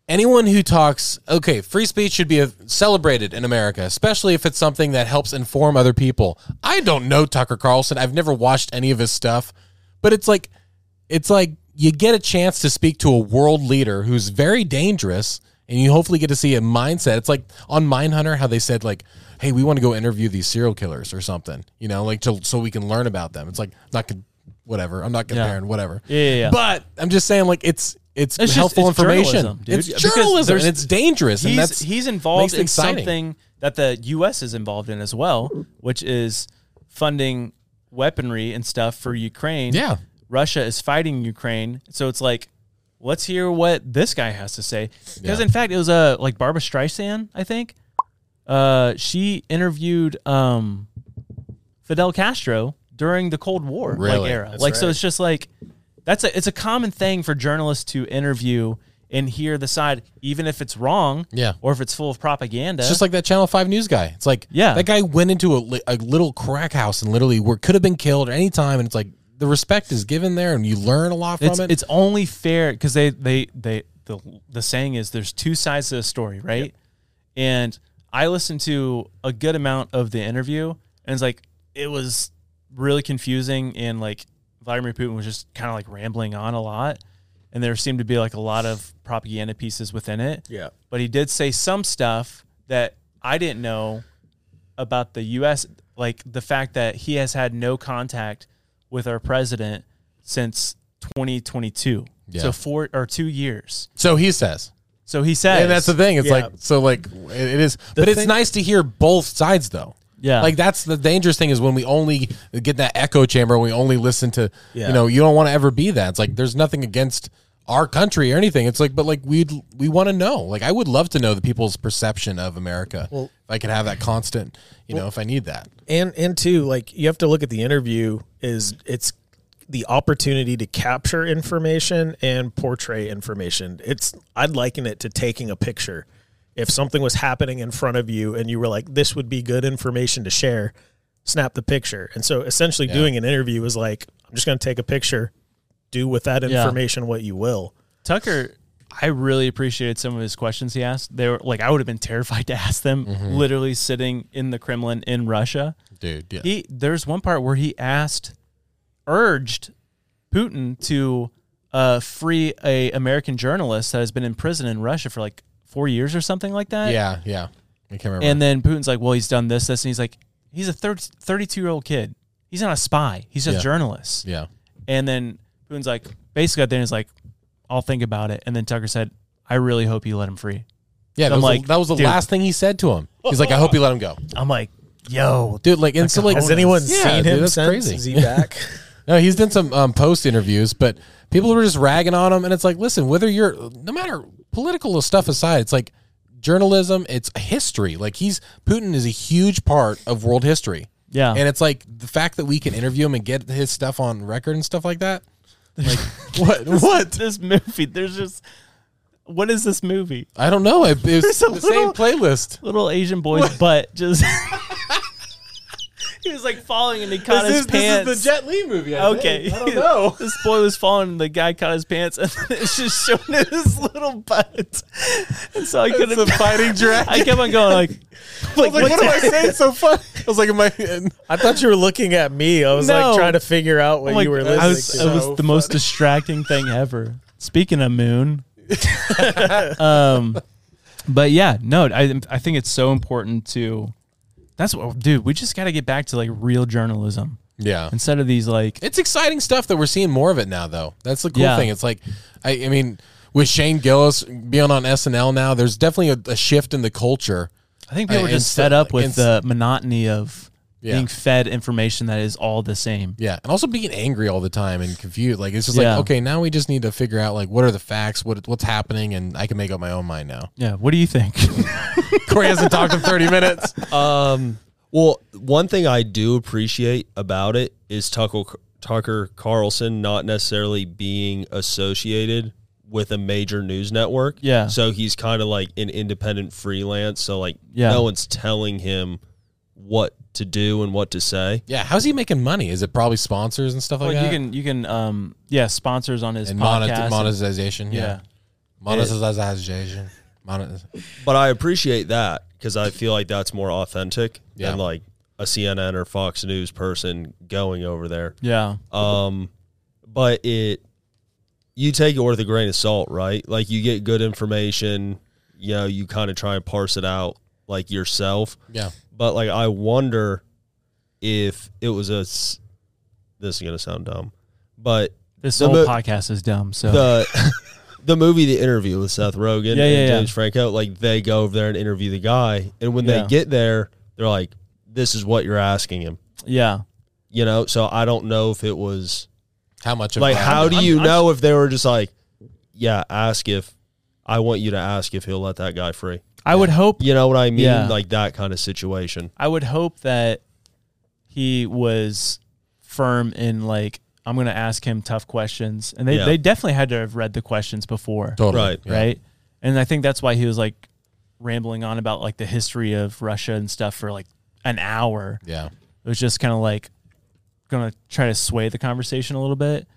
C: Anyone who talks, okay, free speech should be uh, celebrated in America, especially if it's something that helps inform other people. I don't know Tucker Carlson. I've never watched any of his stuff, but it's like, it's like you get a chance to speak to a world leader who's very dangerous, and you hopefully get to see a mindset. It's like on Mindhunter how they said like, hey, we want to go interview these serial killers or something, you know, like to, so we can learn about them. It's like not con- whatever. I'm not comparing whatever.
E: Yeah, yeah, yeah.
C: But I'm just saying, like it's it's,
E: It's just-
C: helpful
E: it's
C: information.
E: journalism, dude.
C: It's
E: Because
C: journalism,
E: there's-
C: and it's dangerous,
E: he's,
C: and that's
E: he's
C: makes
E: involved
C: it
E: in
C: exciting.
E: something that the U.S. is involved in as well, which is funding weaponry and stuff for Ukraine.
C: Yeah.
E: Russia is fighting Ukraine, so it's like, let's hear what this guy has to say. Because
C: Yeah.
E: in fact, it was a like Barbara Streisand, I think. Uh, she interviewed um, Fidel Castro during the Cold War like
C: Really?
E: era.
C: That's
E: like so,
C: right.
E: it's just like that's a it's a common thing for journalists to interview and hear the side, even if it's wrong,
C: Yeah.
E: or if it's full of propaganda.
C: It's just like that Channel Five News guy. It's like,
E: Yeah.
C: that guy went into a, li- a little crack house and literally were, could have been killed at any time. And it's like the respect is given there, and you learn a lot from
E: it's,
C: it.
E: it's only fair because they they they the the saying is there's two sides to the story, right? And I listened to a good amount of the interview, and it's like it was really confusing, and like Vladimir Putin was just kind of like rambling on a lot, and there seemed to be like a lot of propaganda pieces within it.
J: Yeah.
E: but he did say some stuff that I didn't know about the U.S. Like the fact that he has had no contact with our president since 2022.
C: Yeah.
E: So four or two years.
C: so he says.
E: So he says,
C: and that's the thing. It's
E: Yeah.
C: like so, like it it is, but it's
E: thing-
C: nice to hear both sides, though.
E: Yeah.
C: like that's the dangerous thing is when we only get that echo chamber. We only listen to,
J: Yeah.
C: you know, you don't want to ever be that. It's like there's nothing against our country or anything. It's like, but like we'd we want to know. Like I would love to know the people's perception of America.
J: Well-
C: if I could have that constant, you know, if I need that.
J: and and two like you have to look at the interview is it's the opportunity to capture information and portray information it's i'd liken it to taking a picture if something was happening in front of you and you were like this would be good information to share snap the picture and so essentially doing an interview is like i'm just going to take a picture do with that
E: Yeah.
J: information what you will
E: Tucker, I really appreciated some of his questions he asked. They were like, I would have been terrified to ask them,
C: Mhm.
E: literally sitting in the Kremlin in Russia.
C: Dude, yeah.
E: He, there's one part where he asked, urged Putin to uh, free a American journalist that has been in prison in Russia for like four years or something like that.
C: yeah, yeah. I can't remember.
E: And then Putin's like, well, he's done this, this. And he's like, he's a 30, 32 year old kid. He's not a spy. He's a
C: Yeah.
E: journalist.
C: Yeah.
E: And then Putin's like, basically, at the end, he's like, I'll think about it. And then Tucker said, I really hope you let him free.
C: Yeah,
E: And
C: that
E: I'm
C: was,
E: like,
C: the, that was the
E: dude.
C: last thing he said to him. He's like, I hope you let him go.
E: I'm like, yo,
C: dude, like, and so like,
J: Has anyone
C: Yeah,
J: seen
C: dude,
J: him
C: that's
J: since?
C: crazy.
J: Is he back?
C: no, he's done some um, post interviews, but people were just ragging on him, and it's like, listen, whether you're, no matter political stuff aside, it's like journalism, it's history. Like he's Putin is a huge part of world history.
E: Yeah.
C: and it's like the fact that we can interview him and get his stuff on record and stuff like that. Like what? What?
E: This movie, there's just, what is this movie?
C: I don't know. It, it was
E: There's
C: the
E: a
C: same
E: little-
C: playlist.
E: Little Asian boy's butt just. he was like falling and he caught his pants.
C: Jet Li movie.
E: Okay. this boy was falling and the guy caught his pants and it's just showing his little butt. And so I couldn't
C: the fighting dragon.
E: I kept on going like, like,
C: I was like,
E: what's
C: what
E: that?
C: am I saying so funny? I was like, am I?
J: I thought you were looking at me. I was
E: No.
J: like trying to figure out what
E: I'm like,
J: you were listening
E: I was,
J: to.
E: it was the most distracting thing ever. Speaking of moon, um, but yeah, no, I I think it's so important to. That's what, dude. We just got to get back to like real journalism
C: Yeah.
E: instead of these like
C: It's exciting stuff that we're seeing more of it now, though. That's the cool
E: Yeah.
C: thing. It's like, I, I mean, with Shane Gillis being on SNL now, there's definitely a, a shift in the culture.
E: I think people
C: Uh,
E: are
C: and
E: just
C: so-
E: fed up with
C: and-
E: the monotony of
C: Yeah.
E: being fed information that is all the same.
C: Yeah, and also being angry all the time and confused. Like it's just
E: Yeah.
C: like, okay, now we just need to figure out like what are the facts, what what's happening, and I can make up my own mind now.
E: Yeah. What do you think?
C: Corey hasn't talked in 30 minutes.
B: Um, well, one thing I do appreciate about it is Tucker, Tucker Carlson not necessarily being associated with a major news network.
E: Yeah.
B: So he's kind of like an independent freelance. So like,
E: Yeah.
B: no one's telling him what to do and what to say.
C: Yeah, how's he making money? Is it probably sponsors and stuff like,
E: Well, you
C: that?
E: can you can um yeah sponsors on his
C: and
E: podcast.
C: monet-
E: and-
C: monetization. Yeah.
E: yeah.
C: Monetization. Monet-
B: But I appreciate that because I feel like that's more authentic
C: Yeah.
B: than like a CNN or Fox News person going over there.
E: yeah
C: Uh,
B: Um, but it you take it with a grain of salt, right? Like you get good information, you know, you kind of try and parse it out like yourself.
C: Yeah.
B: But like I wonder if it was a s- this is gonna sound dumb, but
E: This
B: The
E: whole
B: mo-
E: podcast is dumb. So
B: the the movie The Interview with Seth Rogen
E: Yeah,
B: and
E: yeah, yeah.
B: James Franco, like they go over there and interview the guy, and when
E: Yeah.
B: they get there, they're like, "This is what you're asking him,"
E: yeah
B: you know. So I don't know if it was
C: How much of
B: like
C: that?
B: how do
E: I'm-
B: you
E: I'm-
B: know if they were just like yeah ask if i want you to ask if he'll let that guy free
E: I would hope
B: you know what i mean
E: Yeah.
B: like that kind of situation
E: I would hope that he was firm in like I'm going to ask him tough questions, and they
C: Yeah.
E: they definitely had to have read the questions before,
C: Totally. Right, yeah.
E: right. And I think that's why he was like rambling on about like the history of Russia and stuff for like an hour.
C: Yeah.
E: it was just kind of like going to try to sway the conversation a little bit.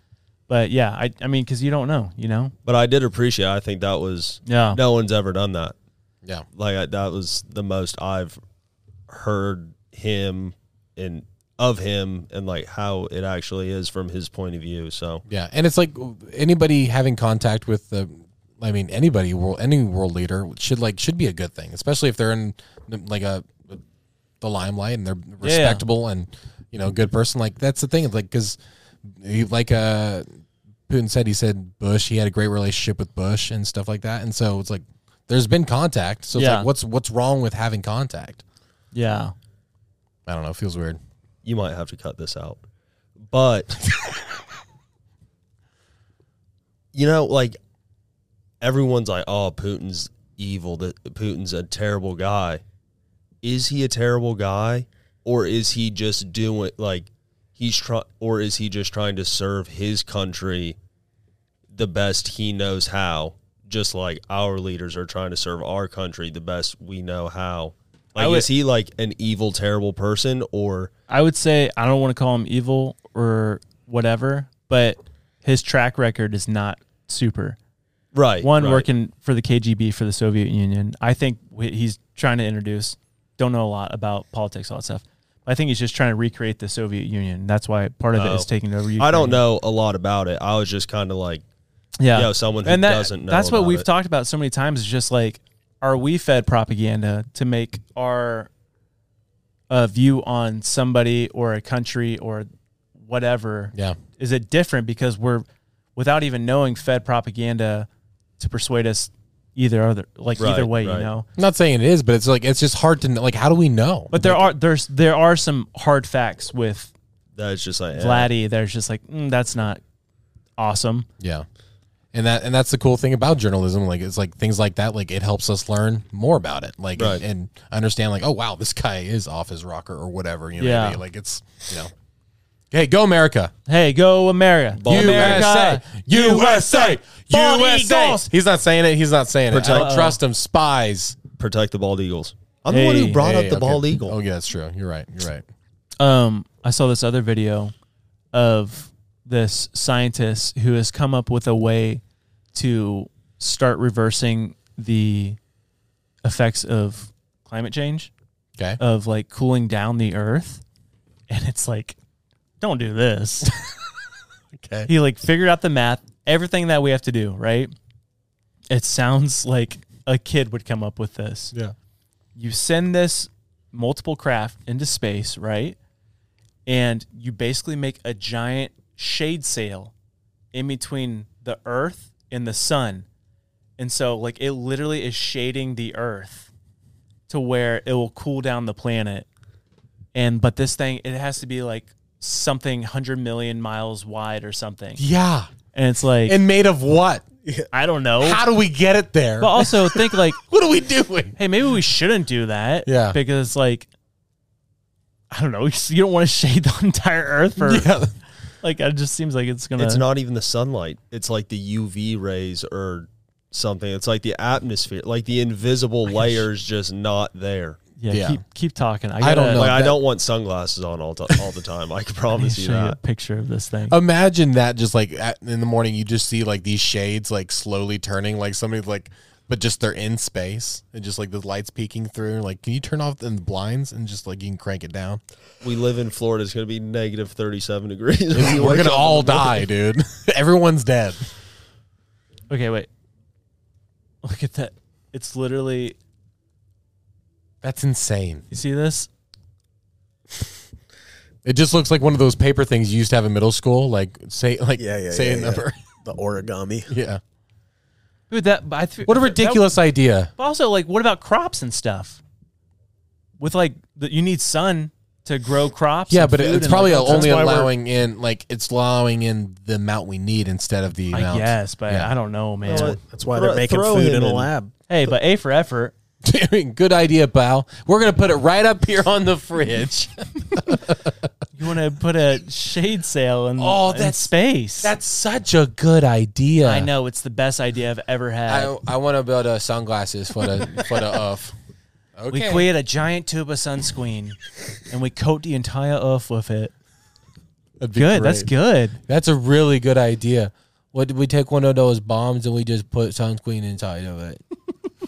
E: But yeah, I I mean, because you don't know, you know.
B: But I did appreciate. I think that was
E: Yeah.
B: No one's ever done that.
C: Yeah.
B: Like I, that was the most I've heard him and of him and like how it actually is from his point of view. So
C: Yeah, and it's like anybody having contact with the, I mean, anybody world any world leader should like should be a good thing, especially if they're in like a the limelight and they're respectable and you know good person. Like that's the thing. It's like because like uh Putin said, he said Bush, he had a great relationship with Bush and stuff like that, and so it's like there's been contact. So it's
E: Yeah.
C: like what's what's wrong with having contact?
E: Yeah.
C: I don't know. It feels weird.
B: You might have to cut this out. But you know, like everyone's like, "Oh, Putin's evil. That Putin's a terrible guy." Is he a terrible guy, or is he just doing like he's trying, or is he just trying to serve his country the best he knows how? Just like our leaders are trying to serve our country the best we know how.
E: I
B: Like,
E: would-
B: is he like an evil, terrible person, or
E: I would say I don't want to call him evil or whatever, but his track record is not super.
B: Right,
E: One
B: right.
E: working for the KGB for the Soviet Union. I think wh- he's trying to introduce. Don't know a lot about politics, all that stuff. I think he's just trying to recreate the Soviet Union. That's why part of it is
B: Oh.
E: taking over. Ukraine.
B: I don't know a lot about it. I was just kind of like,
E: Yeah,
B: you know, someone who
E: And that-
B: doesn't know.
E: That's what
B: about
E: we've
B: it.
E: talked about so many times. Is just like, are we fed propaganda to make our uh, view on somebody or a country or whatever?
C: Yeah.
E: is it different because we're without even knowing fed propaganda to persuade us either other like either way, you know.
C: I'm not saying it is, but it's like it's just hard to know. Like, how do we know?
E: But there are there's there are some hard facts with
B: that's just like eh,
E: Vladdy. There's just like mm, that's not awesome.
C: Yeah. And that and that's the cool thing about journalism. Like it's like things like that, like it helps us learn more about it. Like
E: Right.
C: and understand like, oh wow, this guy is off his rocker or whatever. You know what I
E: Yeah.
C: mean? Like it's you know. Hey, go America.
E: Hey, go America. America.
C: USA.
E: Bald
C: USA.
E: Eagles.
C: He's not saying it. He's not saying it. I
B: Protect-
C: don't trust him. Spies.
B: Protect the bald eagles. I'm the one who brought up the bald eagle.
C: Oh yeah, that's true. You're right. You're right.
E: um, I saw this other video of this scientist who has come up with a way to start reversing the effects of climate change.
C: Okay.
E: Of like cooling down the earth. And it's like, don't do this.
C: okay.
E: He like figured out the math, everything that we have to do, right? It sounds like a kid would come up with this.
C: Yeah.
E: You send this multiple craft into space, right? And you basically make a giant shade sail in between the earth and the sun. And so like it literally is shading the earth to where it will cool down the planet. And but this thing it has to be like something 100 million miles wide or something.
C: Yeah.
E: And it's like
C: And made of what?
E: I don't know.
C: How do we get it there?
E: But also think like
C: what are we doing?
E: Hey, maybe we shouldn't do that.
C: Yeah.
E: Because like I don't know, you don't want to shade the entire earth for
C: Yeah.
E: like it just seems like it's gonna
B: It's not even the sunlight. It's like the UV rays or something. It's like the atmosphere, like the invisible layers, just not there.
E: Yeah, keep keep talking. I,
B: I, don't
E: gotta-
B: know. Like, I don't want sunglasses on all, t- all the time. I can promise you
E: show you a
B: that.
E: picture of this
C: Uh,
E: thing.
C: Imagine that just like at, in the morning, you just see like these shades like slowly turning, like somebody like, but just they're in space and just like the lights peeking through. Like, can you turn off the blinds and just like you can crank it down?
B: We live in Florida. It's going to be negative 37 degrees. when you
C: We're
B: wake
C: gonna
B: up
C: all
B: in the morning.
C: die, dude. Everyone's dead.
E: Okay, wait. Look at that. It's literally
C: That's insane.
E: you see this?
C: It just looks like one of those paper things you used to have in middle school. Like say like
J: Yeah, yeah,
C: say
J: yeah,
C: a
J: yeah.
C: number.
J: The origami.
C: Yeah.
E: Dude, that but I th-
C: What a
E: that-
C: ridiculous idea.
E: But also, like, what about crops and stuff? With like, the, you need sun to grow crops.
C: Yeah,
E: and
C: but
E: food
C: it's
E: and,
C: probably
E: like, all that
C: only
E: stuff.
C: allowing in like it's allowing in the amount we need instead of the
E: I
C: amount.
E: guess, but
C: Yeah.
E: I don't know, man.
C: Well,
J: That's why they're making food in a lab.
E: Hey, but A for effort.
C: I mean, Good idea, pal. We're gonna put it right up here on the fridge.
E: You want to put a shade sail in,
C: Oh,
E: in
C: that's-
E: space.
C: That's such a good idea.
E: I know it's the best idea I've ever had.
C: I, I want to build a sunglasses for the for the off.
E: We create a giant tube of sunscreen, and we coat the entire Earth with it.
C: That'd be
E: Good, that's
C: great.
E: good.
C: That's a really good idea. What we take one of those bombs and we just put sunscreen inside of it?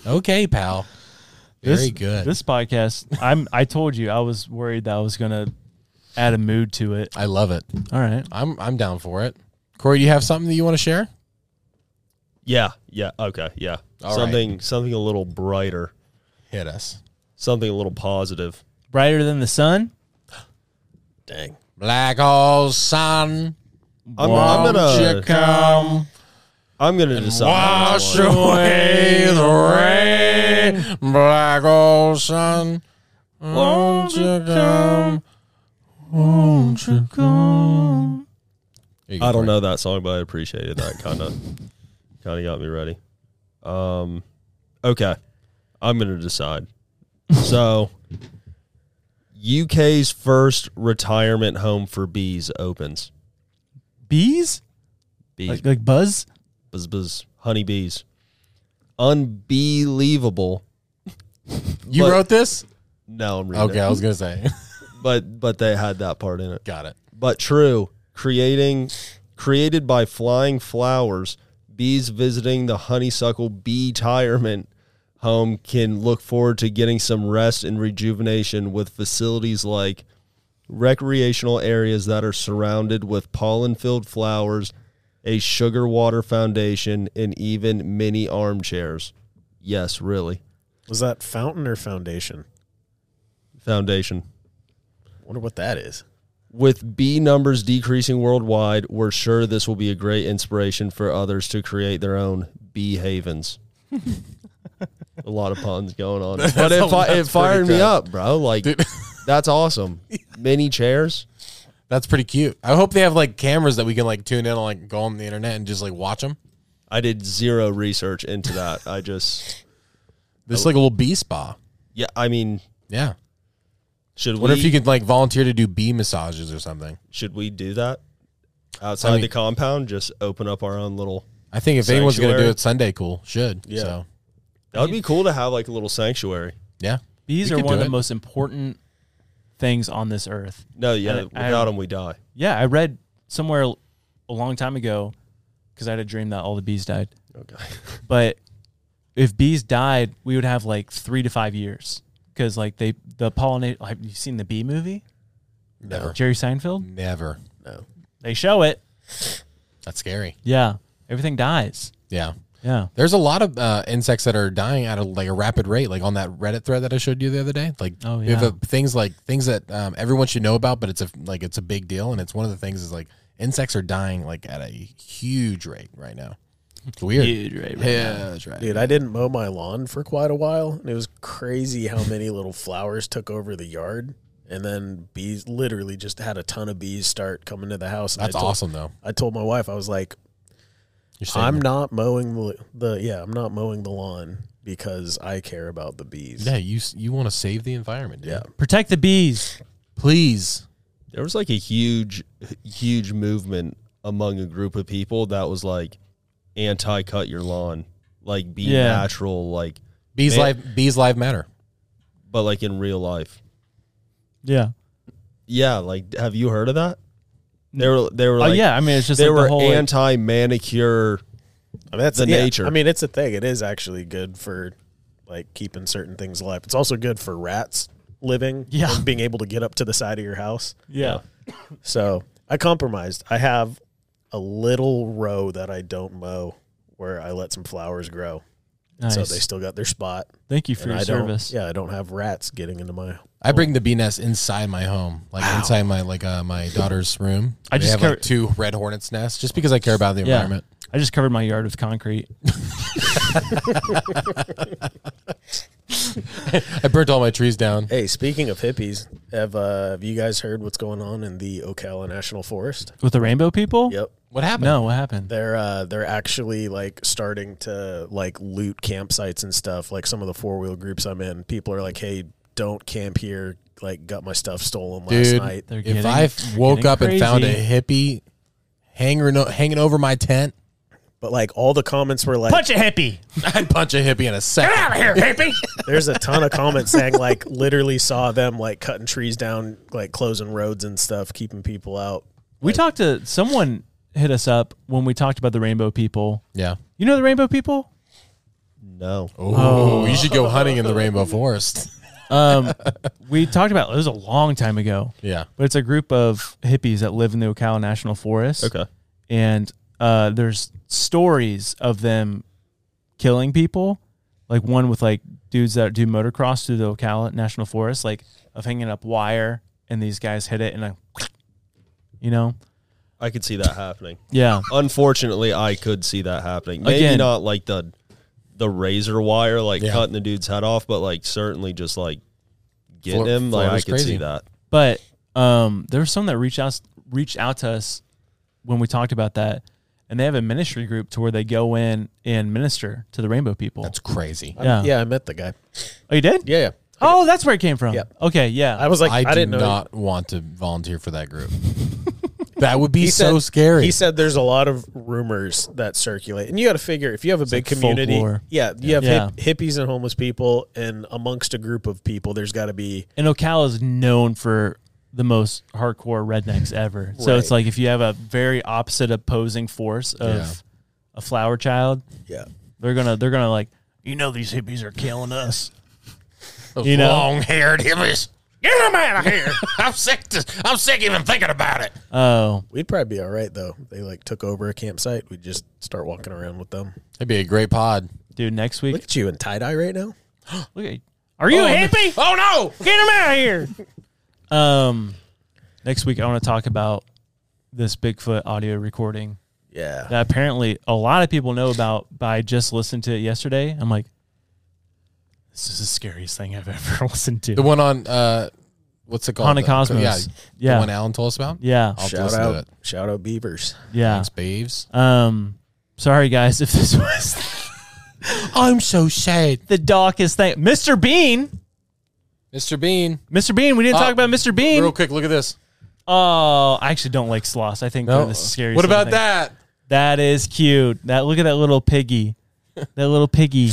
C: okay, pal. Very
E: This-
C: good.
E: This podcast, I'm. I told you I was worried that I was gonna add a mood to it.
C: I love it.
E: All right,
C: I'm I'm down for it. Corey, you have something that you want to share?
B: Yeah, yeah, okay, yeah.
C: All right.
B: something something a little brighter.
C: Hit us.
B: Something a little positive.
E: brighter than the sun.
B: Dang.
C: Black hole sun.
B: I'm, I'm
C: won't
B: gonna
C: you come
B: I'm gonna decide.
C: wash away the rain? Black hole sun. Won't you come? Won't you come? There you go,
B: I don't
C: Corey.
B: know that song, but I appreciated that kind of kind of got me ready. Um, okay, I'm gonna decide. So, UK's first retirement home for bees opens.
E: Bees,
B: Bees,
E: like, like buzz.
B: buzz, buzz, honeybees. Unbelievable.
C: You
B: But-
C: wrote this?
B: No, I'm reading.
C: Okay,
B: it.
C: I was gonna say.
B: but but they had that part in it.
C: Got it.
B: But true, creating created by flying flowers, bees visiting the honeysuckle bee retirement home can look forward to getting some rest and rejuvenation with facilities like recreational areas that are surrounded with pollen-filled flowers, a sugar water foundation, and even mini armchairs. Yes, really.
F: Was that fountain or foundation?
B: Foundation.
F: Wonder what that is.
B: With bee numbers decreasing worldwide, we're sure this will be a great inspiration for others to create their own bee havens. a lot of puns going on, but it, fi- it
C: That's
B: fired
C: pretty
B: me
C: good.
B: up, bro. Like that's awesome. Mini chairs.
C: That's pretty cute. I hope they have like cameras that we can like tune in and like go on the internet and just like watch them.
B: I did zero research into that. I just
C: This is like a little bee spa.
B: yeah. I mean,
C: Yeah.
B: should
C: What
B: we
C: if you could like volunteer to do bee massages or something?
B: should we do that outside
C: mean-
B: the compound? Just open up our own little.
C: I think if anyone's going to do
B: Sanctuary.
C: it Sunday, cool. Should.
B: Yeah.
C: So,
B: That would be cool to have like a little sanctuary.
C: yeah.
E: Bees
C: We
E: are
C: could
E: one of
C: do
E: the
C: it.
E: most important things on this earth.
B: No, yeah.
E: I- I-
B: Without them, we die.
E: Yeah, I read somewhere a long time ago because I had a dream that all the bees died.
B: Okay.
E: But if bees died, we would have like three to five years because like they the pollinate. Have you seen the bee movie?
C: Never.
E: Jerry Seinfeld.
C: Never.
E: They show it.
C: That's scary.
E: Yeah, everything dies.
C: Yeah.
E: Yeah,
C: There's a lot of uh, insects that are dying at a, like a rapid rate, like on that Reddit thread that I showed you the other day. Like,
E: Oh,
C: we have
E: yeah.
C: a, things like things that um, everyone should know about, but it's a like it's a big deal, and it's one of the things is like insects are dying like at a huge rate right now. It's weird.
E: Huge rate right
C: yeah, that's right.
F: Dude, I didn't mow my lawn for quite a while, and it was crazy how many little flowers took over the yard. And then bees literally just had a ton of bees start coming to the house. And I
C: That's
F: told-
C: awesome though.
F: I told my wife, I was like,
C: You're saving
F: I'm
C: it.
F: not mowing the, the yeah, I'm not mowing the lawn because I care about the bees.
C: Yeah, you s- you want to save the environment, dude.
F: Yeah.
E: protect the bees.
C: Please.
B: there was like a huge huge movement among a group of people that was like anti cut your lawn like be
E: Yeah.
B: natural like
C: Bees
B: Man.
C: live bees live matter.
B: but like in real life
E: Yeah.
B: yeah like have you heard of that they were they were
E: Oh
B: like
E: yeah. I mean, it's just
B: they
E: like
B: were
E: the whole like,
B: anti manicure
F: I mean, that's
B: The
F: yeah,
B: nature.
F: I mean, it's a thing. It is actually good for like keeping certain things alive. It's also good for rats living
E: Yeah.
F: and being able to get up to the side of your house.
E: yeah.
F: So I compromised. I have a little row that I don't mow where I let some flowers grow.
E: Nice.
F: So they still got their spot.
E: Thank you for
F: and
E: your
F: I don't-
E: service.
F: Yeah, I don't have rats getting into my.
C: I bring the bee nest inside my home, like inside my like uh, my daughter's room.
E: I
C: They
E: just
C: have
E: care-
C: like two red hornets nests just because I care about the
E: Yeah.
C: environment.
E: I just covered my yard with concrete.
C: I burnt all my trees down.
F: Hey, speaking of hippies, have uh, have you guys heard what's going on in the Ocala National Forest?
E: With the rainbow people?
F: Yep.
C: What happened?
E: No, what happened?
J: They're uh, they're actually like starting to like loot campsites and stuff. Like some of the four wheel groups I'm in, people are like, "Hey, don't camp here." Like, got my stuff stolen last
C: Dude,
J: night.
C: if I woke up and found a hippie hanging o- hanging over my tent,
J: but like all the comments were like,
C: punch a hippie. I'd punch a hippie in a second. Get out of here, hippie.
J: there's a ton of comments saying like literally saw them like cutting trees down, like closing roads and stuff, keeping people out.
E: We talked to someone hit us up when we talked about the rainbow people.
C: Yeah.
E: You know the rainbow people?
J: No.
C: Oh, you should go hunting in the rainbow forest.
E: Um, we talked about it was a long time ago.
C: Yeah.
E: But it's a group of hippies that live in the Ocala National Forest.
C: Okay.
E: And uh, there's stories of them killing people. Like one with like dudes that do motocross through the Ocala National Forest, like of hanging up wire and these guys hit it and like you know?
B: I could see that happening.
E: Yeah.
B: Unfortunately, I could see that happening. Maybe
E: Again-
B: not like the the razor wire, like
E: Yeah.
B: cutting the dude's head off, but like certainly just like getting
E: Flo-
B: him. Like I
E: Florida's
B: could see that.
E: But um, there was some that reached out reached out to us when we talked about that, and they have a ministry group to where they go in and minister to the Rainbow people. That's
C: crazy.
E: Yeah,
J: yeah, I met the guy.
E: Oh, you did?
J: Yeah, yeah.
E: Oh, that's where it came from. Okay, yeah.
J: I was like, I,
C: do
J: didn't know.
C: not want to volunteer for that group. that would be so scary.
J: He said there's a lot of rumors that circulate, and you got to figure if you have a big
C: like
J: community,
C: folklore.
J: yeah, you have
E: Yeah.
J: Hip, hippies and homeless people, and amongst a group of people, there's got to be
E: And Ocala is known for the most hardcore rednecks ever. So it's
J: Right.
E: like if you have a very opposite opposing force of
J: Yeah.
E: a flower child,
J: yeah,
E: they're gonna they're gonna like you know these hippies are killing us.
C: Those
E: you know?
C: long-haired hippies. Get them out of here. I'm sick. To, I'm sick even thinking about it.
E: Oh,
J: we'd probably be all right though. If They like took over a campsite. We'd just start walking around with them.
C: That'd be a great pod,
E: dude. Next week,
J: look Oh, at you in tie dye right now.
E: Look at Are you a hippie?
C: Oh
E: no! Get him out of here. Um, next week I want to talk about this Bigfoot audio recording.
J: Yeah.
E: That apparently a lot of people know about by just listening to it yesterday. I'm like, this is the scariest thing I've ever listened to.
C: The one on uh, what's it called?
E: Haunted Cosmos.
C: Yeah,
E: Yeah.
C: The one Alan told us about.
E: Yeah.
C: I'll have to
J: Shout
C: listen to
J: out,
C: it.
J: shout out, Beavers.
E: Yeah.
C: Oh, Thanks, Beeves.
E: Um, sorry guys if this was.
C: I'm so sad.
E: The darkest thing, Mr. Bean.
C: Mr. Bean.
E: Mr. Bean. We didn't
C: Uh,
E: talk about Mr. Bean.
C: Real quick, look at this.
E: Oh, I actually don't like sloths. I think
C: No.
E: they're the scariest.
C: What
E: little
C: about
E: thing.
C: that?
E: That is cute. That look at that little piggy. that little piggy.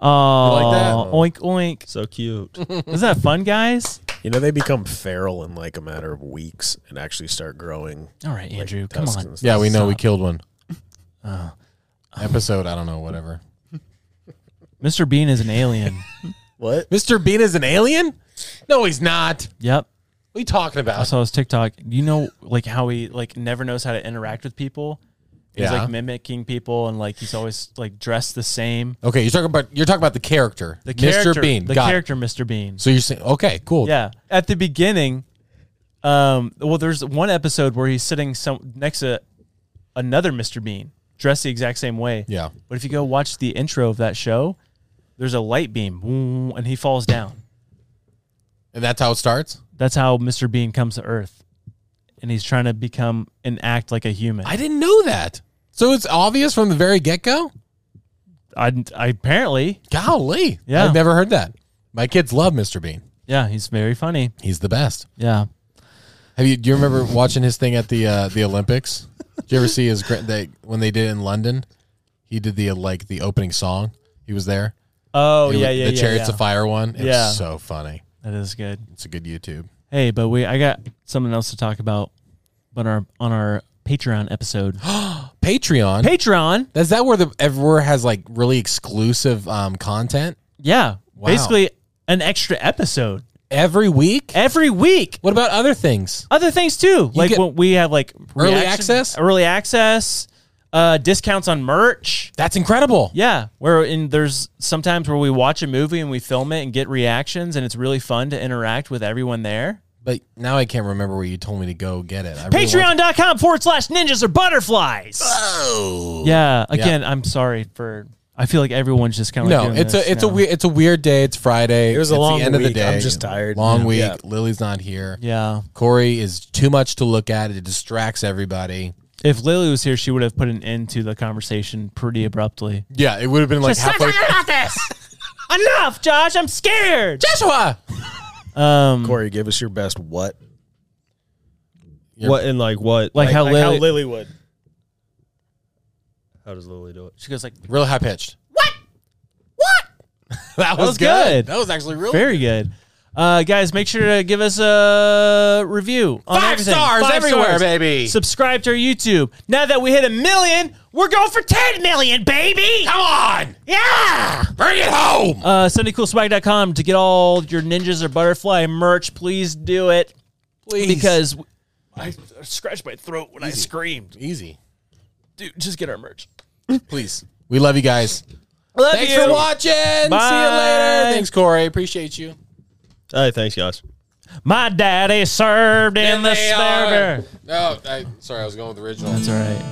E: Oh, oink oink.
B: So cute.
E: Isn't that fun, guys?
J: You know they become feral in like a matter of weeks and actually start growing.
E: All right, Andrew, come
J: tusks
E: on.
J: and stuff.
C: Yeah, we know we killed one.
E: Uh,
C: Episode, I don't know, whatever.
E: Mr. Bean is an alien.
J: What?
C: Mr. Bean is an alien? No, he's not.
E: yep.
C: What are you talking
E: I
C: about?
E: saw his TikTok. You know, like how he like never knows how to interact with people. He's
C: Yeah.
E: like mimicking people, and like he's always like dressed the same.
C: Okay, you're talking about you're talking about the character,
E: The character,
C: Mr. Bean.
E: the
C: Got it.
E: character, Mr. Bean.
C: So you're saying, okay, cool.
E: Yeah. At the beginning, um, well, there's one episode where he's sitting some next to another Mr. Bean, dressed the exact same way.
C: Yeah.
E: But if you go watch the intro of that show, there's a light beam, boom, and he falls down.
C: And that's how it starts.
E: That's how Mr. Bean comes to Earth, and he's trying to become and act like a human.
C: I didn't know that. So it's obvious from the very get go.
E: I, I apparently,
C: Golly,
E: Yeah.
C: I've never heard that. My kids love Mr. Bean.
E: yeah, he's very funny.
C: He's the best.
E: Yeah.
C: Have you? Do you remember watching his thing at the uh, the Olympics? Did you ever see his gra- they, when they did it in London? He did the uh, like the opening song. He was there.
E: Oh
C: It
E: yeah,
C: was-
E: yeah,
C: The
E: yeah,
C: Chariots
E: yeah.
C: of Fire one. It
E: Yeah.
C: was so funny.
E: That is good.
C: It's a good YouTube.
E: Hey, but we I got something else to talk about, but our on our Patreon episode.
C: Patreon.
E: Patreon.
C: Is that where the everywhere has like really exclusive um, content
E: Yeah.
C: Wow.
E: Basically an extra episode.
C: every week?
E: Every week.
C: What about other things?
E: Other things too. like
C: get-
E: when we have like
C: Early
E: reaction-
C: access?
E: Early access. Uh discounts on merch.
C: That's incredible.
E: Yeah. Where in there's sometimes where we watch a movie and we film it and get reactions and it's really fun to interact with everyone there.
C: But now I can't remember where you told me to go get it. I really want-
E: Patreon.com forward slash ninjas or butterflies.
C: Oh.
E: Yeah. Again, I'm sorry for I feel like everyone's just kind of
C: no, it's a it's a weird it's a weird day. It's Friday.
J: It was a
C: It's
J: long
C: the end of the
J: week.
C: day.
J: I'm just tired.
C: Long
J: Yeah.
C: week.
J: Yeah.
C: Lily's not here.
E: Yeah.
C: Corey is too much to look at. It distracts everybody.
E: If Lily was here, she would have put an end to the conversation pretty abruptly.
C: Yeah, it would have been like
I: Just stop
E: halfway.
I: talking about this. Enough, Josh. I'm scared.
C: Joshua.
E: Um,
J: Corey, give us your best what?
B: What and like what?
E: Like how Lily-
J: would.
B: How does Lily do it?
E: She goes like
C: really high pitched.
E: That
C: was good.
E: That
C: was actually really
E: very good. Uh, guys, make sure to give us a review. On
C: Five
E: everything.
C: stars everywhere, baby.
E: Subscribe to our YouTube. Now that we hit a million,
I: We're going for 10 million, baby. Come on. Yeah. Bring it home.
E: uh, SundayCoolSwag.com to get all your ninjas or butterfly merch. Please do it.
C: Please.
E: Because
C: I
E: scratched my throat when
C: I
E: screamed.
C: Easy.
E: Dude, just get our merch.
C: Please. We love you guys.
E: Love
C: Thanks
E: you.
C: for watching. See you
E: Bye.
C: later. Thanks, Corey. Appreciate you.
B: Hey, thanks, guys.
E: My daddy served in the
C: They
E: server.
C: are- No, I, sorry, I was going with the original.
E: That's all right.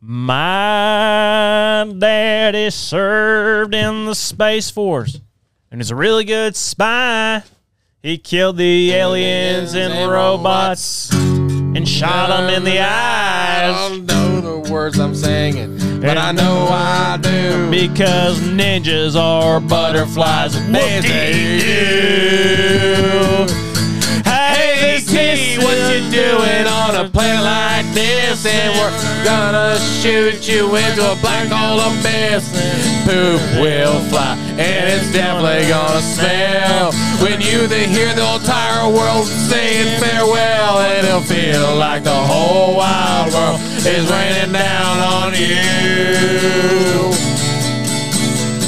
E: My daddy served in the Space Force and is a really good spy. He killed the aliens and robots and shot them in the
C: I
E: eyes
C: don't know the words I'm saying, but I know I do.
E: because ninjas are butterflies and they do.
I: Hey, T, what you doing on a planet like this? And we're gonna shoot you into a black hole of mist.
C: Poop will fly, and it's definitely gonna smell. When you then hear the entire world saying farewell, and it'll feel like the whole wild world is raining down on you.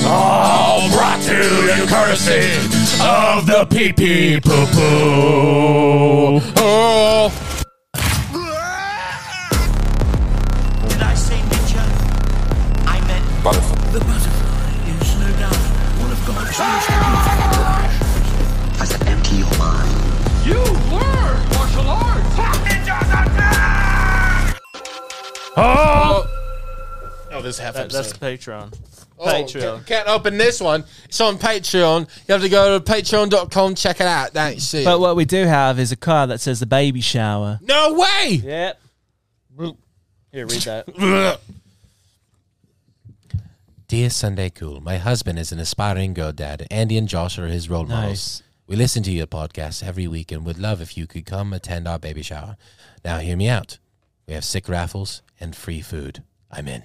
I: All brought to you courtesy of the pee pee poo poo. Oh.
L: Did I say ninja? I meant butterfly. The butterfly is no doubt one of God's most beautiful creations.
I: Has an empty your mind. You learn martial arts. Fucking
C: Oh! Oh, this half
E: That-
C: episode.
E: that's Patreon.
C: Oh,
E: Patreon.
C: Can't, can't open this one. It's on Patreon. You have to go to patreon.com, check it out. Thanks. See ya.
E: But what we do have is a card that says the baby shower.
C: no way!
E: Yep. Here, read that.
C: Ugh. Dear Sunday Cool, my husband is an aspiring goddad. Andy and Josh are his role models. We listen to your podcast every week and would love if you could come attend our baby shower. Now, hear me out. We have sick raffles and free food. I'm in.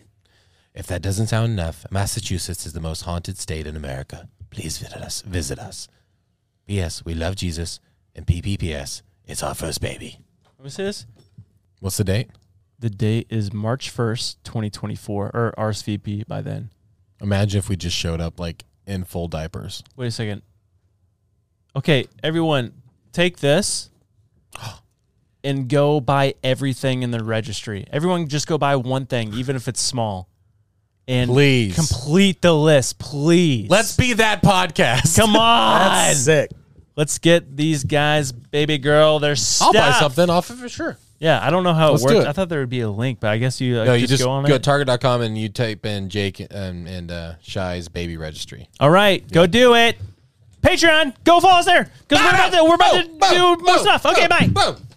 C: If that doesn't sound enough, Massachusetts is the most haunted state in America. Please visit us. Visit us. P.S. We love Jesus. And PPPS, it's our first baby.
E: Let me see this.
C: What's the date?
E: The date is March 1st, 2024, or RSVP by then.
C: Imagine if we just showed up like in full diapers.
E: Wait a second. Okay, everyone, take this and go buy everything in the registry. Everyone just go buy one thing, even if it's small. And
C: Please.
E: complete the list, please.
C: Let's be that podcast.
E: Come on.
C: That's
E: sick. Let's get these guys, baby girl, their stuff.
C: I'll buy something off it for sure.
E: Yeah, I don't know how
C: Let's
E: it
C: do
E: works.
C: it.
E: I thought there would be a link, but I guess you, uh,
C: no,
E: just,
C: you just
E: go on
C: go
E: it.
C: to target.com and you type in Jake and, and uh, Shy's baby registry.
E: All right, go do it. Patreon, go follow us there because we're about to we're about to do more stuff. Okay, bye.
C: Boom.